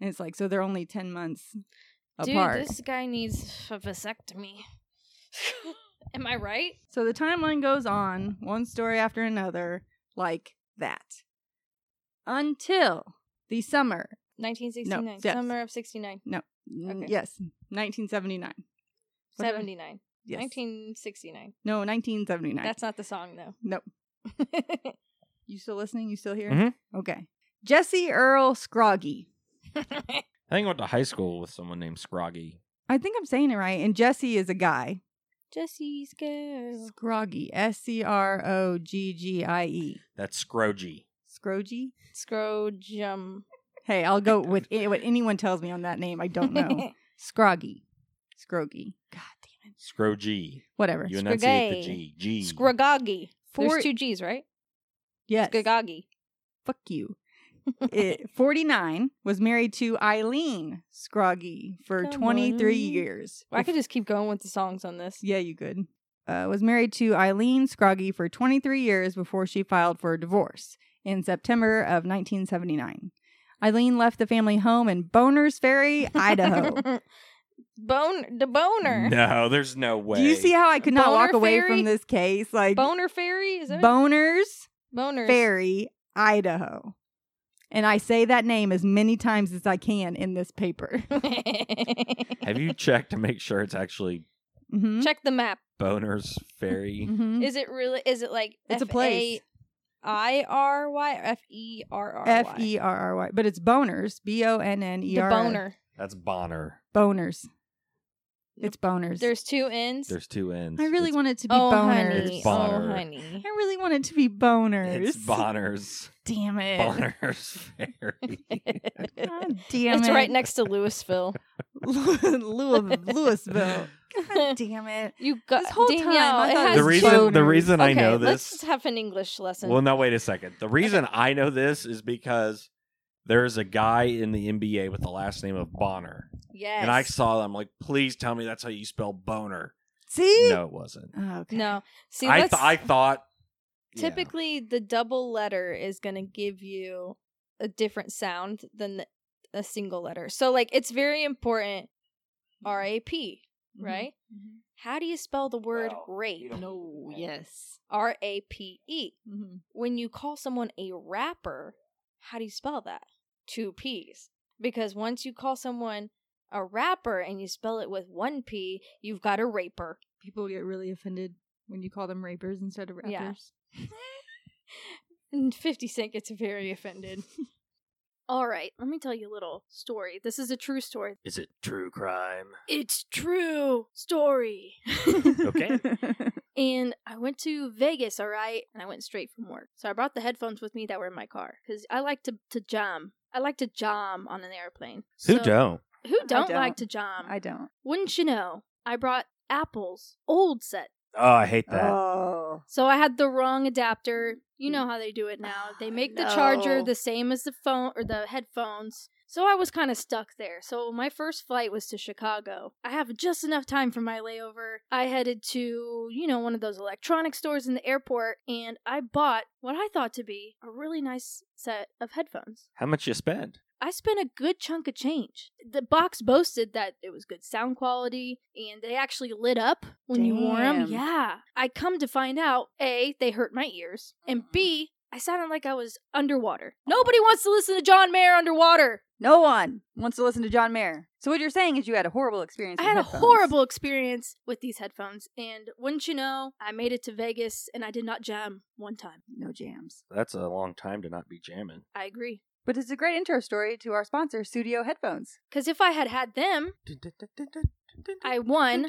Speaker 2: And it's like, so they're only 10 months
Speaker 4: Dude,
Speaker 2: apart.
Speaker 4: this guy needs a vasectomy. Am I right?
Speaker 2: So the timeline goes on, one story after another, like that. Until the summer,
Speaker 4: 1969.
Speaker 2: yes.
Speaker 4: Summer of 69.
Speaker 2: n-
Speaker 4: Okay.
Speaker 2: yes, 1979. What did I-
Speaker 4: 79.
Speaker 2: Yes.
Speaker 4: 1969.
Speaker 2: no, 1979.
Speaker 4: That's not the song, though.
Speaker 2: Nope. you still listening? You still here?
Speaker 1: Mhm.
Speaker 2: Okay. Jesse Earl Scroggy.
Speaker 1: I think I went to high school with someone named Scroggy.
Speaker 2: I think I'm saying it right. And Jesse is a guy.
Speaker 4: Jesse's girl.
Speaker 2: Scroggy. S C R O G G I E.
Speaker 1: That's Scrogy.
Speaker 2: Scrogy?
Speaker 4: Scrogium.
Speaker 2: Hey, I'll go with a- what anyone tells me on that name. I don't know. Scroggy. Scroggy. God damn it.
Speaker 1: Scrogy.
Speaker 2: Whatever.
Speaker 1: You enunciate the
Speaker 4: Scroggy.
Speaker 1: G. G.
Speaker 4: Scragoggy.
Speaker 2: Four-
Speaker 4: There's two G's, right?
Speaker 2: Yes.
Speaker 4: Scragoggy.
Speaker 2: Fuck you. It, 49 was married to Eileen Scroggy for
Speaker 4: Come
Speaker 2: 23
Speaker 4: on.
Speaker 2: years.
Speaker 4: Well, I could just keep going with the songs on this.
Speaker 2: Yeah, you could. Uh, was married to Eileen Scroggy for 23 years before she filed for divorce in September of 1979. Eileen left the family home in Boners Ferry, Idaho.
Speaker 4: Bone the boner.
Speaker 1: No, there's no way.
Speaker 2: Do you see how I could not walk
Speaker 4: Boner
Speaker 2: away
Speaker 4: Ferry?
Speaker 2: from this case? Like
Speaker 4: Boner fairy? Is that it?
Speaker 2: Boners
Speaker 4: Boners.
Speaker 2: Ferry, Idaho. And I say that name as many times as I can in this paper.
Speaker 1: Have you checked to make sure it's actually
Speaker 2: Mhm.
Speaker 4: Check the map.
Speaker 1: Boner's Ferry?
Speaker 2: Mhm.
Speaker 4: Is it really? Is it like
Speaker 2: It's a place.
Speaker 4: I R Y or F E R R Y.
Speaker 2: F E R R Y, but it's Boners, B O N N E
Speaker 4: The
Speaker 2: R.
Speaker 4: boner.
Speaker 1: That's Bonner.
Speaker 2: Boners. It's Boners.
Speaker 4: There's two N's.
Speaker 1: There's two N's.
Speaker 2: I really
Speaker 1: it's,
Speaker 2: want it to be
Speaker 4: oh
Speaker 2: boners.
Speaker 4: honey.
Speaker 1: It's
Speaker 4: Oh
Speaker 1: boner.
Speaker 4: honey.
Speaker 2: I really want it to be boners.
Speaker 1: It's Bonner's.
Speaker 2: Damn it.
Speaker 1: Bonner's Ferry.
Speaker 2: God
Speaker 4: it's
Speaker 2: damn it.
Speaker 4: right next to Louisville.
Speaker 2: Louis- Louisville. God damn it.
Speaker 4: You got
Speaker 2: This whole time,
Speaker 4: Danielle.
Speaker 2: I
Speaker 4: it
Speaker 2: thought it
Speaker 4: has
Speaker 1: the
Speaker 2: was
Speaker 1: reason
Speaker 2: two-
Speaker 1: the reason I
Speaker 4: okay,
Speaker 1: know
Speaker 4: Let's
Speaker 1: this.
Speaker 4: just have an English lesson.
Speaker 1: Well, no, wait a second. The reason I know this is because there is a guy in the NBA with the last name of Bonner,
Speaker 4: yes.
Speaker 1: and I saw them. Like, please tell me that's how you spell boner.
Speaker 2: See?
Speaker 1: No, it wasn't.
Speaker 2: Oh, okay.
Speaker 4: no. See,
Speaker 1: I
Speaker 4: let's-
Speaker 1: th- I thought yeah.
Speaker 4: typically the double letter is going to give you a different sound than the, a single letter. So like it's very important R A P,
Speaker 2: Mhm.
Speaker 4: right? How do you spell the word
Speaker 5: Well, you
Speaker 4: rape?
Speaker 5: don't-
Speaker 2: No, yes.
Speaker 4: R A P E.
Speaker 2: Mhm.
Speaker 4: When you call someone a rapper, how do you spell that? Two P's. Because once you call someone a rapper and you spell it with one P, you've got a raper.
Speaker 2: People get really offended when you call them rapers instead of rappers.
Speaker 4: Yeah. And 50 Cent gets very offended. All right, let me tell you a little story. This is a true story.
Speaker 5: Is it true crime?
Speaker 3: It's true story.
Speaker 5: Okay.
Speaker 6: Um,
Speaker 3: and I went to Vegas, all right? And I went straight from work. So I brought the headphones with me that were in my car because I like to, to jam. I like to jam on an airplane.
Speaker 1: who
Speaker 3: So-
Speaker 1: don't
Speaker 3: Who
Speaker 2: I
Speaker 3: don't,
Speaker 2: don't.
Speaker 3: like to jam?
Speaker 2: I don't.
Speaker 3: Wouldn't you know? I brought Apple's old set.
Speaker 5: Oh, I hate that.
Speaker 4: Uh,
Speaker 2: Oh.
Speaker 3: So I had the wrong adapter. You
Speaker 2: Mm.
Speaker 3: know how they do it now. They make the charger
Speaker 2: No.
Speaker 3: the same as the phone or the headphones. So I was kind of stuck there. So my first flight was to Chicago. I have just enough time for my layover. I headed to, you know, one of those electronic stores in the airport and I bought what I thought to be a really nice set of headphones.
Speaker 1: how much you spend?
Speaker 3: I spent a good chunk of change. The box boasted that it was good sound quality and they actually lit up when you wore them.
Speaker 2: Damn.
Speaker 3: Yeah. I come to find out A, they hurt my ears, and B, I sounded like I was underwater. Nobody wants to listen to John Mayer underwater.
Speaker 6: No one wants to listen to John Mayer. So what you're saying is you had a horrible experience.
Speaker 4: I
Speaker 6: with
Speaker 4: had a
Speaker 6: headphones.
Speaker 4: horrible experience with these headphones, and wouldn't you know, I made it to Vegas and I did not jam one time.
Speaker 6: no jams.
Speaker 1: That's a long time to not be jamming.
Speaker 4: I agree.
Speaker 6: But it's a great intro story to our sponsor, Studio Headphones.
Speaker 4: Because if I had had them, I won.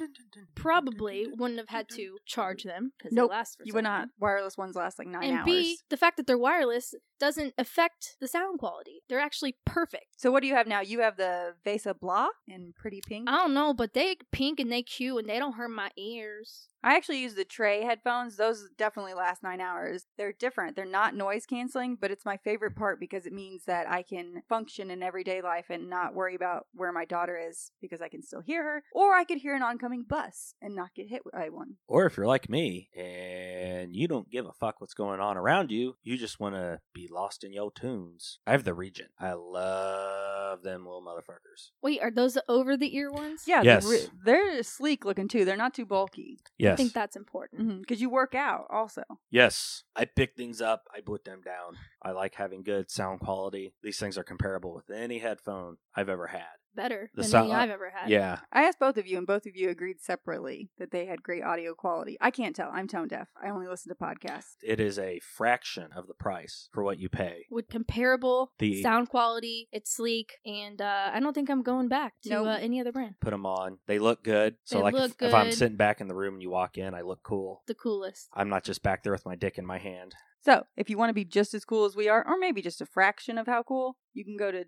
Speaker 4: Probably wouldn't have had to charge them because
Speaker 6: Nope,
Speaker 4: they last for
Speaker 6: You
Speaker 4: so
Speaker 6: would
Speaker 4: long.
Speaker 6: not. Wireless ones last like nine
Speaker 4: and
Speaker 6: hours.
Speaker 4: B, the fact that they're wireless doesn't affect the sound quality. They're actually perfect.
Speaker 6: So what do you have now? You have the Vesa Blah in pretty pink.
Speaker 4: I don't know, but they pink and they cute and they don't hurt my ears.
Speaker 6: I actually use the Tray headphones. Those definitely last nine hours. They're different. They're not noise canceling, but it's my favorite part because it means that I can function in everyday life and not worry about where my daughter is because I can still hear her, or I could hear an oncoming bus and not get hit by one.
Speaker 1: Or if you're like me and you don't give a fuck what's going on around you, you just want to be lost in your tunes. I have the Regent. I love them little motherfuckers.
Speaker 4: Wait, are those the over the ear ones?
Speaker 6: Yeah,
Speaker 1: Yes.
Speaker 6: they're, re- they're sleek looking too. They're not too bulky
Speaker 4: I
Speaker 7: Yes.
Speaker 4: think that's important.
Speaker 6: because you work out also.
Speaker 7: yes.
Speaker 1: I pick things up, I put them down. I like having good sound quality. These things are comparable with any headphone I've ever had.
Speaker 4: Better
Speaker 7: The
Speaker 4: than
Speaker 7: sou-
Speaker 4: any I've ever had.
Speaker 1: uh, Yeah.
Speaker 6: I asked both of you, and both of you agreed separately that they had great audio quality. I can't tell. I'm tone deaf. I only listen to podcasts.
Speaker 1: It is a fraction of the price for what you pay.
Speaker 4: With comparable
Speaker 1: The-
Speaker 4: sound quality, it's sleek, and uh, I don't think I'm going back to
Speaker 6: Nope.
Speaker 4: uh, any other brand.
Speaker 1: Put them on. They look good. So,
Speaker 4: They
Speaker 1: like,
Speaker 4: look
Speaker 1: if, if I'm
Speaker 4: good.
Speaker 1: sitting back in the room and you walk in, I look cool.
Speaker 4: The coolest.
Speaker 1: I'm not just back there with my dick in my hand.
Speaker 6: So, if you want to be just as cool as we are, or maybe just a fraction of how cool, you can go to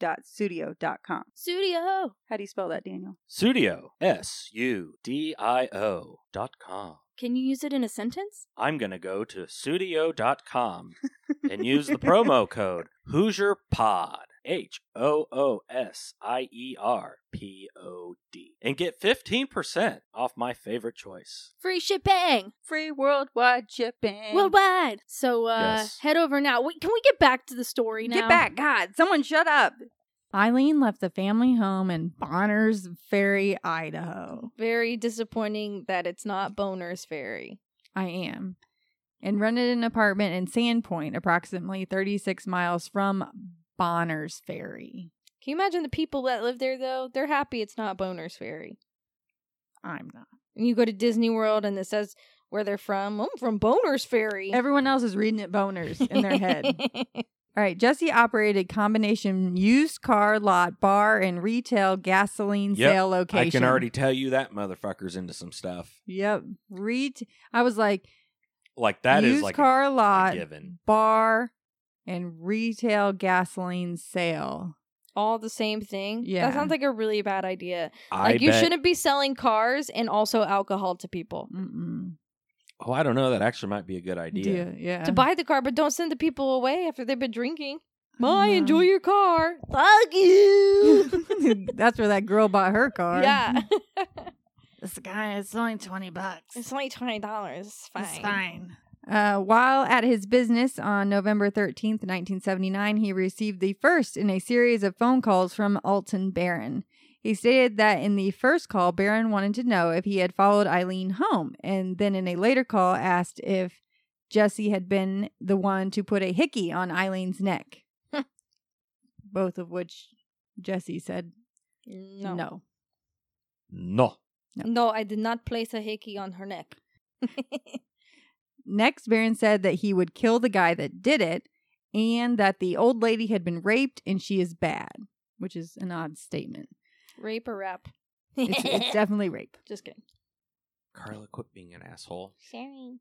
Speaker 6: www.studio.com.
Speaker 4: Studio.
Speaker 6: How do you spell that, Daniel?
Speaker 1: Studio S U D I O dot com.
Speaker 4: Can you use it in a sentence?
Speaker 1: I'm gonna go to studio.com and use the promo code Hoosier Pod H O O S I E R P O D and get 15% off my favorite choice.
Speaker 4: Free shipping
Speaker 6: Free worldwide shipping.
Speaker 4: worldwide. So uh,
Speaker 1: Yes.
Speaker 4: head over now. Wait, can we get back to the story now?
Speaker 6: Get back. God, someone shut up.
Speaker 2: Eileen left the family home in Bonner's Ferry, Idaho.
Speaker 8: very disappointing that it's not Boner's Ferry.
Speaker 2: I am. And rented an apartment in Sandpoint, approximately 36 miles from Bonner's Ferry.
Speaker 8: Can you imagine the people that live there though? They're happy it's not Boner's Ferry.
Speaker 2: I'm not.
Speaker 8: And you go to Disney World and it says where they're from. "Oh, I'm from Boner's Ferry.
Speaker 2: Everyone else is reading it boners in their head. All right, Jesse operated combination used car lot, bar, and retail gasoline
Speaker 1: Yep,
Speaker 2: sale location.
Speaker 1: I can already tell you that motherfucker's into some stuff.
Speaker 2: Yep. Ret- I was like,
Speaker 1: Like that is
Speaker 2: used
Speaker 1: like a-
Speaker 2: car
Speaker 1: a
Speaker 2: lot,
Speaker 1: given.
Speaker 2: bar, and retail gasoline sale.
Speaker 8: All the same thing.
Speaker 2: Yeah.
Speaker 8: That sounds like a really bad idea.
Speaker 1: I
Speaker 8: Like you
Speaker 1: bet-
Speaker 8: shouldn't be selling cars and also alcohol to people.
Speaker 2: Mm-mm.
Speaker 1: Oh, I don't know. That actually might be a good idea.
Speaker 2: Yeah, yeah.
Speaker 8: To buy the car, but don't send the people away after they've been drinking. Bye,
Speaker 2: know.
Speaker 8: enjoy your car. Fuck you.
Speaker 2: That's where that girl bought her car.
Speaker 8: yeah.
Speaker 2: This guy, it's only 20 bucks.
Speaker 8: It's only twenty dollars. It's fine.
Speaker 2: Uh, while at his business on November 13th, 1979, he received the first in a series of phone calls from Alton Barron. He stated that in the first call, Barron wanted to know if he had followed Eileen home, and then in a later call, asked if Jesse had been the one to put a hickey on Eileen's neck. Both of which Jesse said
Speaker 8: No.
Speaker 2: no.
Speaker 8: no.
Speaker 1: No.
Speaker 8: I did not place a hickey on her neck.
Speaker 2: Next, Barron said that he would kill the guy that did it and that the old lady had been raped and she is bad, which is an odd statement.
Speaker 8: Rape or rap?
Speaker 2: It's, it's definitely rape.
Speaker 8: Just kidding.
Speaker 1: Carla, quit being an asshole.
Speaker 8: Sorry.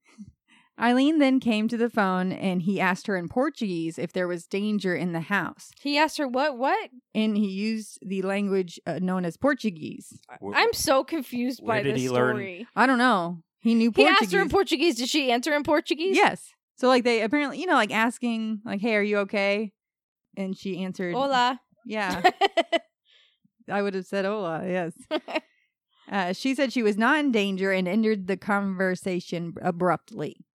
Speaker 2: Eileen then came to the phone and he asked her in Portuguese if there was danger in the house.
Speaker 8: He asked her what what?
Speaker 2: And he used the language uh, known as Portuguese.
Speaker 1: Where-
Speaker 8: I'm so confused
Speaker 1: Where
Speaker 8: by
Speaker 1: did
Speaker 8: this
Speaker 1: he learn-
Speaker 8: story.
Speaker 2: I don't know. He knew
Speaker 8: He
Speaker 2: Portuguese.
Speaker 8: asked her in Portuguese. Did she answer in Portuguese?
Speaker 2: Yes. So, like, they apparently, you know, like asking, like, hey, are you okay? And she answered,
Speaker 8: Hola.
Speaker 2: Yeah. I would have said hola, yes. uh, she said she was not in danger and ended the conversation abruptly.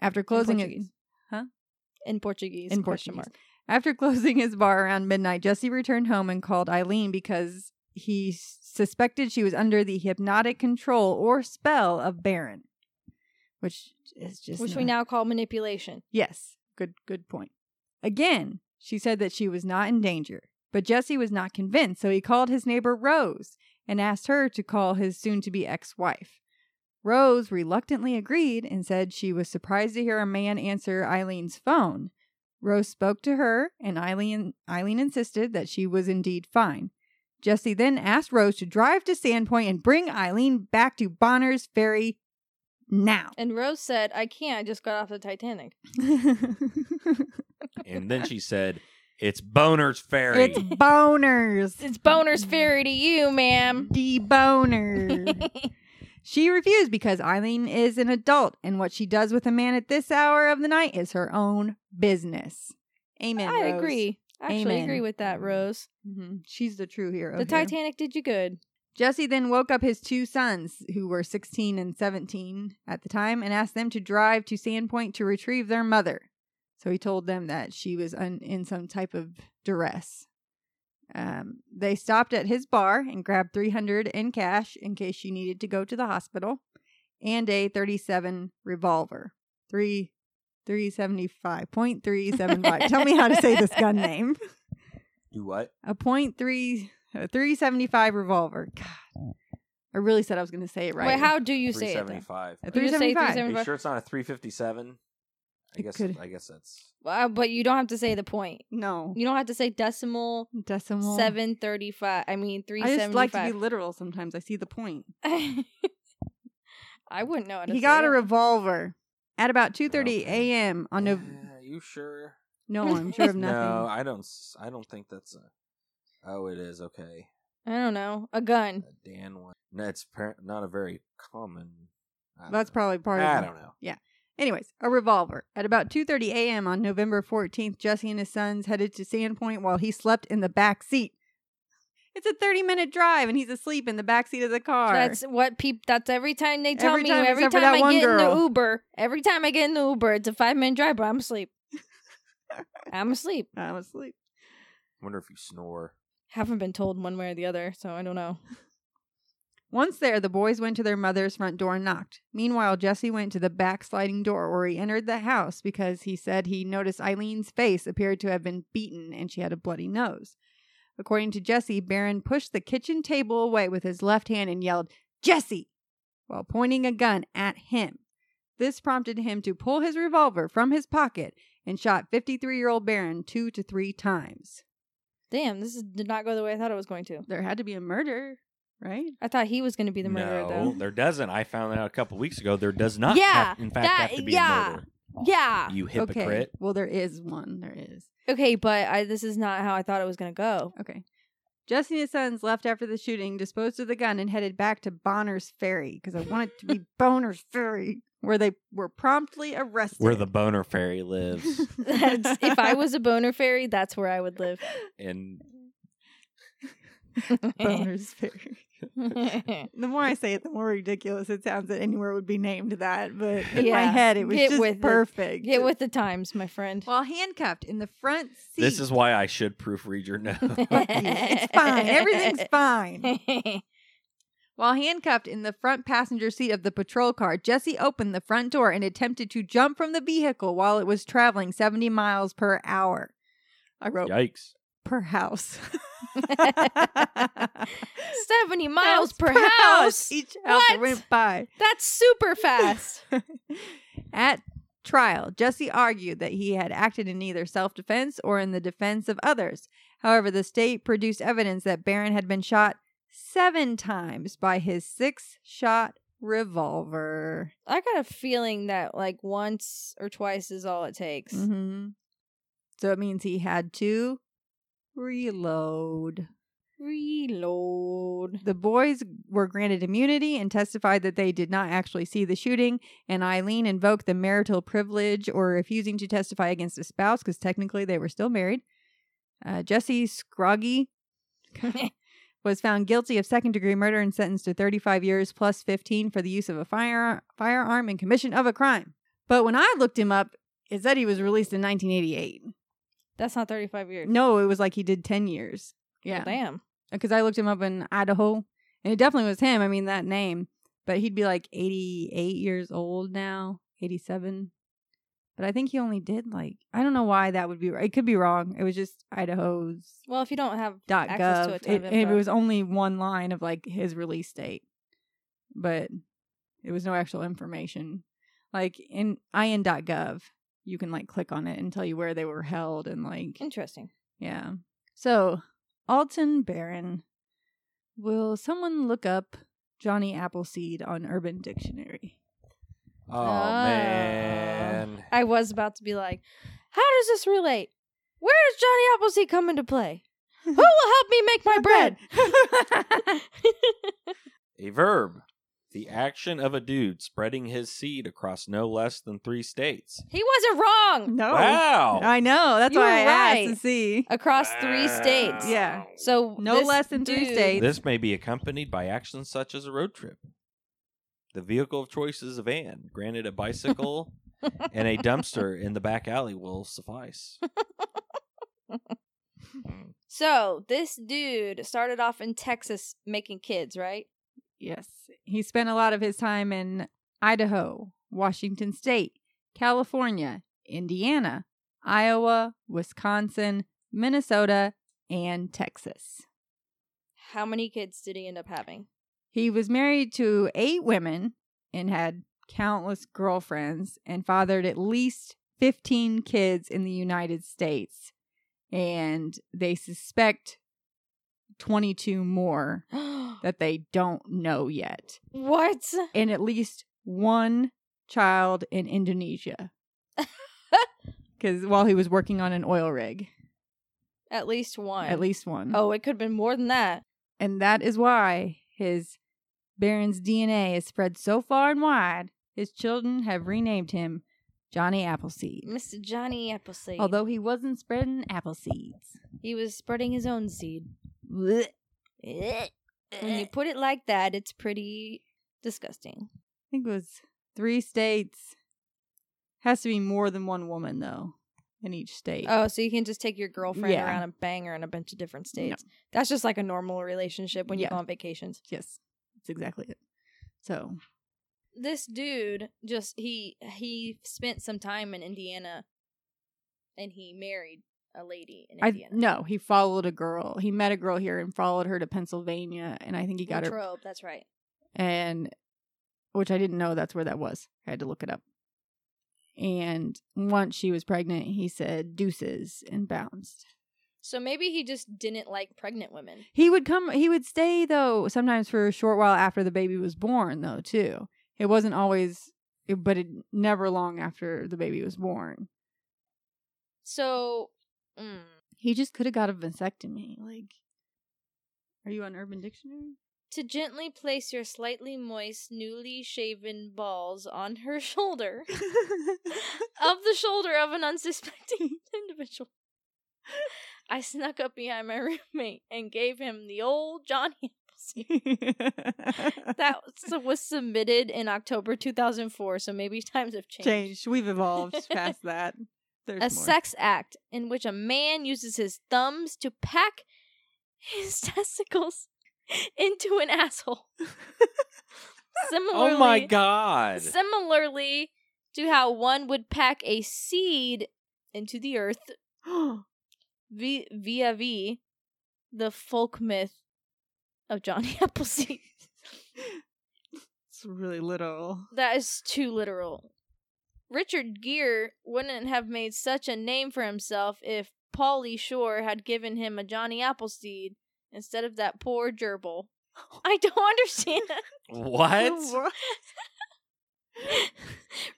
Speaker 2: After closing his,
Speaker 8: Portuguese.
Speaker 2: Huh?
Speaker 8: In Portuguese.
Speaker 2: In
Speaker 8: question
Speaker 2: Portuguese. after closing his bar around midnight, Jesse returned home and called Eileen because he s- suspected she was under the hypnotic control or spell of Baron, which is just
Speaker 8: Mark, Which we
Speaker 2: not-
Speaker 8: now call manipulation.
Speaker 2: Yes, good good point. Again, She said that she was not in danger, but Jesse was not convinced, so he called his neighbor Rose and asked her to call his soon to be ex wife. Rose reluctantly agreed and said she was surprised to hear a man answer Eileen's phone. Rose spoke to her, and Eileen, Eileen insisted that she was indeed fine. Jesse then asked Rose to drive to Sandpoint and bring Eileen back to Bonner's Ferry now.
Speaker 4: And Rose said, I can't. I just got off the Titanic.
Speaker 1: And then she said, "It's Boner's Ferry."
Speaker 2: It's boners.
Speaker 4: It's boner's fairy to you, ma'am.
Speaker 2: The boner. she refused because Eileen is an adult, and what she does with a man at this hour of the night is her own business. Amen.
Speaker 4: I
Speaker 2: Rose.
Speaker 4: agree. I actually
Speaker 2: Amen.
Speaker 4: agree with that, Rose.
Speaker 2: Mhm. She's the true hero.
Speaker 4: The
Speaker 2: here.
Speaker 4: Titanic did you good.
Speaker 2: Jesse then woke up his two sons, who were 16 and 17 at the time, and asked them to drive to Sandpoint to retrieve their mother. So he told them that she was un- in some type of duress. Um, they stopped at his bar and grabbed 300 in cash in case she needed to go to the hospital, and a 37 revolver. Three, 375.375. Tell me how to say this gun name
Speaker 1: Do what?
Speaker 2: a point three a three seventy five revolver. God, I really said I was going to say it right.
Speaker 4: Wait, how do you
Speaker 1: Three
Speaker 4: say it? then?
Speaker 1: seventy-five.
Speaker 2: a
Speaker 4: you
Speaker 2: three
Speaker 4: just say
Speaker 1: Are
Speaker 2: seventy five?
Speaker 1: you
Speaker 4: 375?
Speaker 1: sure it's not a three fifty-seven? I
Speaker 2: It
Speaker 1: guess.
Speaker 2: could.
Speaker 1: I guess that's.
Speaker 4: Well, Uh, but you don't have to say the point.
Speaker 2: No
Speaker 4: You don't have to say decimal
Speaker 2: decimal.
Speaker 4: seven thirty five. I mean three
Speaker 2: I just like to be
Speaker 4: seventy-five.
Speaker 2: literal sometimes. I see the point.
Speaker 4: I, wouldn't know. How to
Speaker 2: He
Speaker 4: say
Speaker 2: got
Speaker 4: it.
Speaker 2: a revolver at about two thirty
Speaker 1: Okay.
Speaker 2: a.m. on no.
Speaker 1: Yeah, you sure?
Speaker 2: No, I'm sure of nothing.
Speaker 1: No, I don't. s- I don't think that's a. Oh, it is okay.
Speaker 4: I don't know. A gun.
Speaker 1: A Dan one. No, it's apparent not a very common. I don't
Speaker 2: That's
Speaker 1: know.
Speaker 2: probably part
Speaker 1: I
Speaker 2: of it.
Speaker 1: don't know.
Speaker 2: Anyways, a revolver. At about 2:30 a.m. on November 14th, Jesse and his sons headed to Sandpoint while he slept in the back seat. It's a 30-minute drive and he's asleep in the back seat of the car.
Speaker 4: That's what people. That's every time they tell
Speaker 2: Every
Speaker 4: me.
Speaker 2: time,
Speaker 4: every
Speaker 2: except for
Speaker 4: time
Speaker 2: that one
Speaker 4: I get in
Speaker 2: girl.
Speaker 4: the Uber. Every time I get in the Uber, it's a five minute drive, but I'm asleep. I'm asleep.
Speaker 2: I'm asleep.
Speaker 1: Wonder if you snore.
Speaker 4: Haven't been told one way or the other, so I don't know.
Speaker 2: Once there, the boys went to their mother's front door and knocked. Meanwhile, Jesse went to the back sliding door where he entered the house because he said he noticed Eileen's face appeared to have been beaten and she had a bloody nose. According to Jesse, Barron pushed the kitchen table away with his left hand and yelled, Jesse! while pointing a gun at him. This prompted him to pull his revolver from his pocket and shot 53 year old Barron two to three times.
Speaker 4: Damn, this is, did not go the way I thought it was going to.
Speaker 2: There had to be a murder, right?
Speaker 4: I thought he was going to be the murderer,
Speaker 1: no,
Speaker 4: though.
Speaker 1: there doesn't. I found out a couple weeks ago. There does not.
Speaker 4: Yeah,
Speaker 1: have- in fact,
Speaker 4: that-
Speaker 1: have to be
Speaker 4: yeah.
Speaker 1: a murder.
Speaker 4: Yeah.
Speaker 1: You hypocrite.
Speaker 2: Okay. Well, there is one. There is.
Speaker 4: Okay, but I, this is not how I thought it was going to go.
Speaker 2: Okay. Jesse and his sons left after the shooting, disposed of the gun, and headed back to Bonner's Ferry because I want it to be Bonner's Ferry, where they were promptly arrested.
Speaker 1: Where the boner fairy lives,
Speaker 4: That's, if I was a boner fairy, that's where I would live.
Speaker 1: and
Speaker 2: Bonner's Ferry. The more I say it, the more ridiculous it sounds that anywhere would be named that. But in my
Speaker 4: Yeah.
Speaker 2: head, it was
Speaker 4: Get
Speaker 2: just
Speaker 4: with it.
Speaker 2: perfect.
Speaker 4: Get with the times, my friend.
Speaker 2: While handcuffed in the front seat.
Speaker 1: this is why I should proofread your note.
Speaker 2: Fuck you. It's fine. Everything's fine. While handcuffed in the front passenger seat of the patrol car, Jesse opened the front door and attempted to jump from the vehicle while it was traveling 70 miles per hour. I wrote
Speaker 1: Yikes!
Speaker 2: per house.
Speaker 4: 70 miles per
Speaker 2: Per
Speaker 4: house.
Speaker 2: Each house that
Speaker 4: What?
Speaker 2: went by.
Speaker 4: That's super fast.
Speaker 2: At trial, Jesse argued that he had acted in either self defense or in the defense of others. However, the state produced evidence that Barron had been shot seven times by his six shot revolver.
Speaker 4: I got a feeling that like once or twice is all it takes.
Speaker 2: hmm So it means he had to reload.
Speaker 4: Reload.
Speaker 2: The boys were granted immunity and testified that they did not actually see the shooting. And Eileen invoked the marital privilege or refusing to testify against a spouse because technically they were still married. Uh, Jesse Scroggy was found guilty of second degree murder and sentenced to 35 years plus 15 for the use of a fire, firearm and commission of a crime. But when I looked him up, it said he was released in 1988.
Speaker 4: That's not 35 years.
Speaker 2: No, it was like he did 10 years.
Speaker 4: Well, damn.
Speaker 2: because I looked him up in Idaho, and it definitely was him. I mean that name, but he'd be like eighty-eight years old now, eighty-seven. But I think he only did like I don't know why that would be. It could be wrong. It was just Idaho's
Speaker 4: Well, if you don't have
Speaker 2: dot
Speaker 4: Access to
Speaker 2: gov.
Speaker 4: a ton
Speaker 2: it,
Speaker 4: of
Speaker 2: it
Speaker 4: info.
Speaker 2: was only one line of like his release date, but it was no actual information. Like in in.gov, you can like click on it and tell you where they were held and like
Speaker 4: interesting,
Speaker 2: yeah. So Alton Barron, will someone look up Johnny Appleseed on Urban Dictionary?
Speaker 1: Oh
Speaker 4: Ah.
Speaker 1: man.
Speaker 4: I was about to be like, how does this relate? Where does Johnny Appleseed come into play? Who will help me make my bread?
Speaker 1: A verb. The action of a dude spreading his seed across no less than three states.
Speaker 4: he wasn't wrong.
Speaker 2: No.
Speaker 1: Wow.
Speaker 2: I know. That's
Speaker 4: You
Speaker 2: why I
Speaker 4: were
Speaker 2: asked
Speaker 4: right.
Speaker 2: to see.
Speaker 4: Across three states.
Speaker 2: Yeah.
Speaker 4: So
Speaker 2: No
Speaker 4: this
Speaker 2: less than three
Speaker 4: dude-
Speaker 2: states.
Speaker 1: This may be accompanied by actions such as a road trip. The vehicle of choice is a van. Granted, a bicycle and a dumpster in the back alley will suffice.
Speaker 4: So this dude started off in Texas making kids, right?
Speaker 2: Yes. He spent a lot of his time in Idaho, Washington State, California, Indiana, Iowa, Wisconsin, Minnesota, and Texas.
Speaker 4: How many kids did he end up having?
Speaker 2: He was married to eight women and had countless girlfriends and fathered at least 15 kids in the United States. And they suspect 22 more that they don't know yet.
Speaker 4: what?
Speaker 2: and at least one child in Indonesia. Because while he was working on an oil rig,
Speaker 4: At least one.
Speaker 2: at least one.
Speaker 4: Oh, it could have been more than that.
Speaker 2: And that is why his Baron's DNA is spread so far and wide, his children have renamed him Johnny Appleseed.
Speaker 4: Mr. Johnny Appleseed.
Speaker 2: Although he wasn't spreading apple seeds.
Speaker 4: he was spreading his own seed.
Speaker 2: Blech.
Speaker 4: When
Speaker 2: Eh.
Speaker 4: you put it like that, it's pretty disgusting.
Speaker 2: I think it was three states. Has to be more than one woman, though, in each state.
Speaker 4: Oh, so you can just take your girlfriend
Speaker 2: Yeah.
Speaker 4: around and bang her in a bunch of different states. That's just like a normal relationship when
Speaker 2: Yeah.
Speaker 4: you go on vacations.
Speaker 2: Yes, that's exactly it. So
Speaker 4: This dude just he he spent some time in Indiana and he married a lady in
Speaker 2: I
Speaker 4: Indiana.
Speaker 2: no, he followed a girl. He met a girl here and followed her to Pennsylvania, and I think he got her
Speaker 4: Latrobe, that's right.
Speaker 2: and which I didn't know that's where that was. I had to look it up. And once she was pregnant, he said deuces and bounced.
Speaker 4: So maybe he just didn't like pregnant women.
Speaker 2: He would come he would stay though sometimes for a short while after the baby was born though too. It wasn't always but it never long after the baby was born.
Speaker 4: So mm,
Speaker 2: He just could have got a vasectomy. Like Are you on Urban Dictionary?
Speaker 4: to gently place your slightly moist, newly shaven balls on her shoulder, of the shoulder of an unsuspecting individual. I snuck up behind my roommate and gave him the old Johnny Appleseed. That was- was submitted in October 2004, so maybe times have changed.
Speaker 2: changed. We've evolved past that. There's
Speaker 4: A
Speaker 2: more.
Speaker 4: sex act in which a man uses his thumbs to pack his testicles into an asshole. Similarly,
Speaker 1: Oh my god.
Speaker 4: Similarly to how one would pack a seed into the earth vi- via v, the folk myth of Johnny Appleseed.
Speaker 2: it's really literal.
Speaker 4: that is too literal. Richard Gere wouldn't have made such a name for himself if Paulie Shore had given him a Johnny Appleseed instead of that poor gerbil. I don't understand.
Speaker 1: What?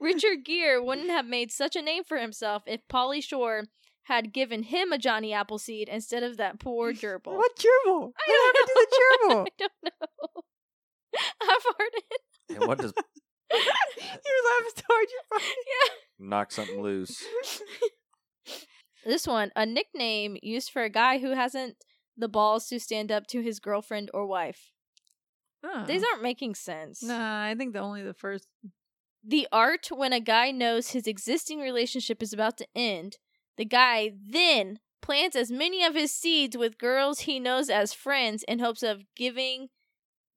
Speaker 4: Richard Gere wouldn't have made such a name for himself if Polly Shore had given him a Johnny Appleseed instead of that poor gerbil.
Speaker 2: What gerbil?
Speaker 4: I
Speaker 2: What
Speaker 4: don't
Speaker 2: happened
Speaker 4: I don't know. I've heard it.
Speaker 1: And what does
Speaker 2: to the gerbil? Your left toward your
Speaker 1: knock something loose?
Speaker 4: This one, a nickname used for a guy who hasn't the balls to stand up to his girlfriend or wife.
Speaker 2: phone.
Speaker 4: These aren't making sense.
Speaker 2: Nah, I think the only the first.
Speaker 4: The art when a guy knows his existing relationship is about to end, the guy then plants as many of his seeds with girls he knows as friends in hopes of giving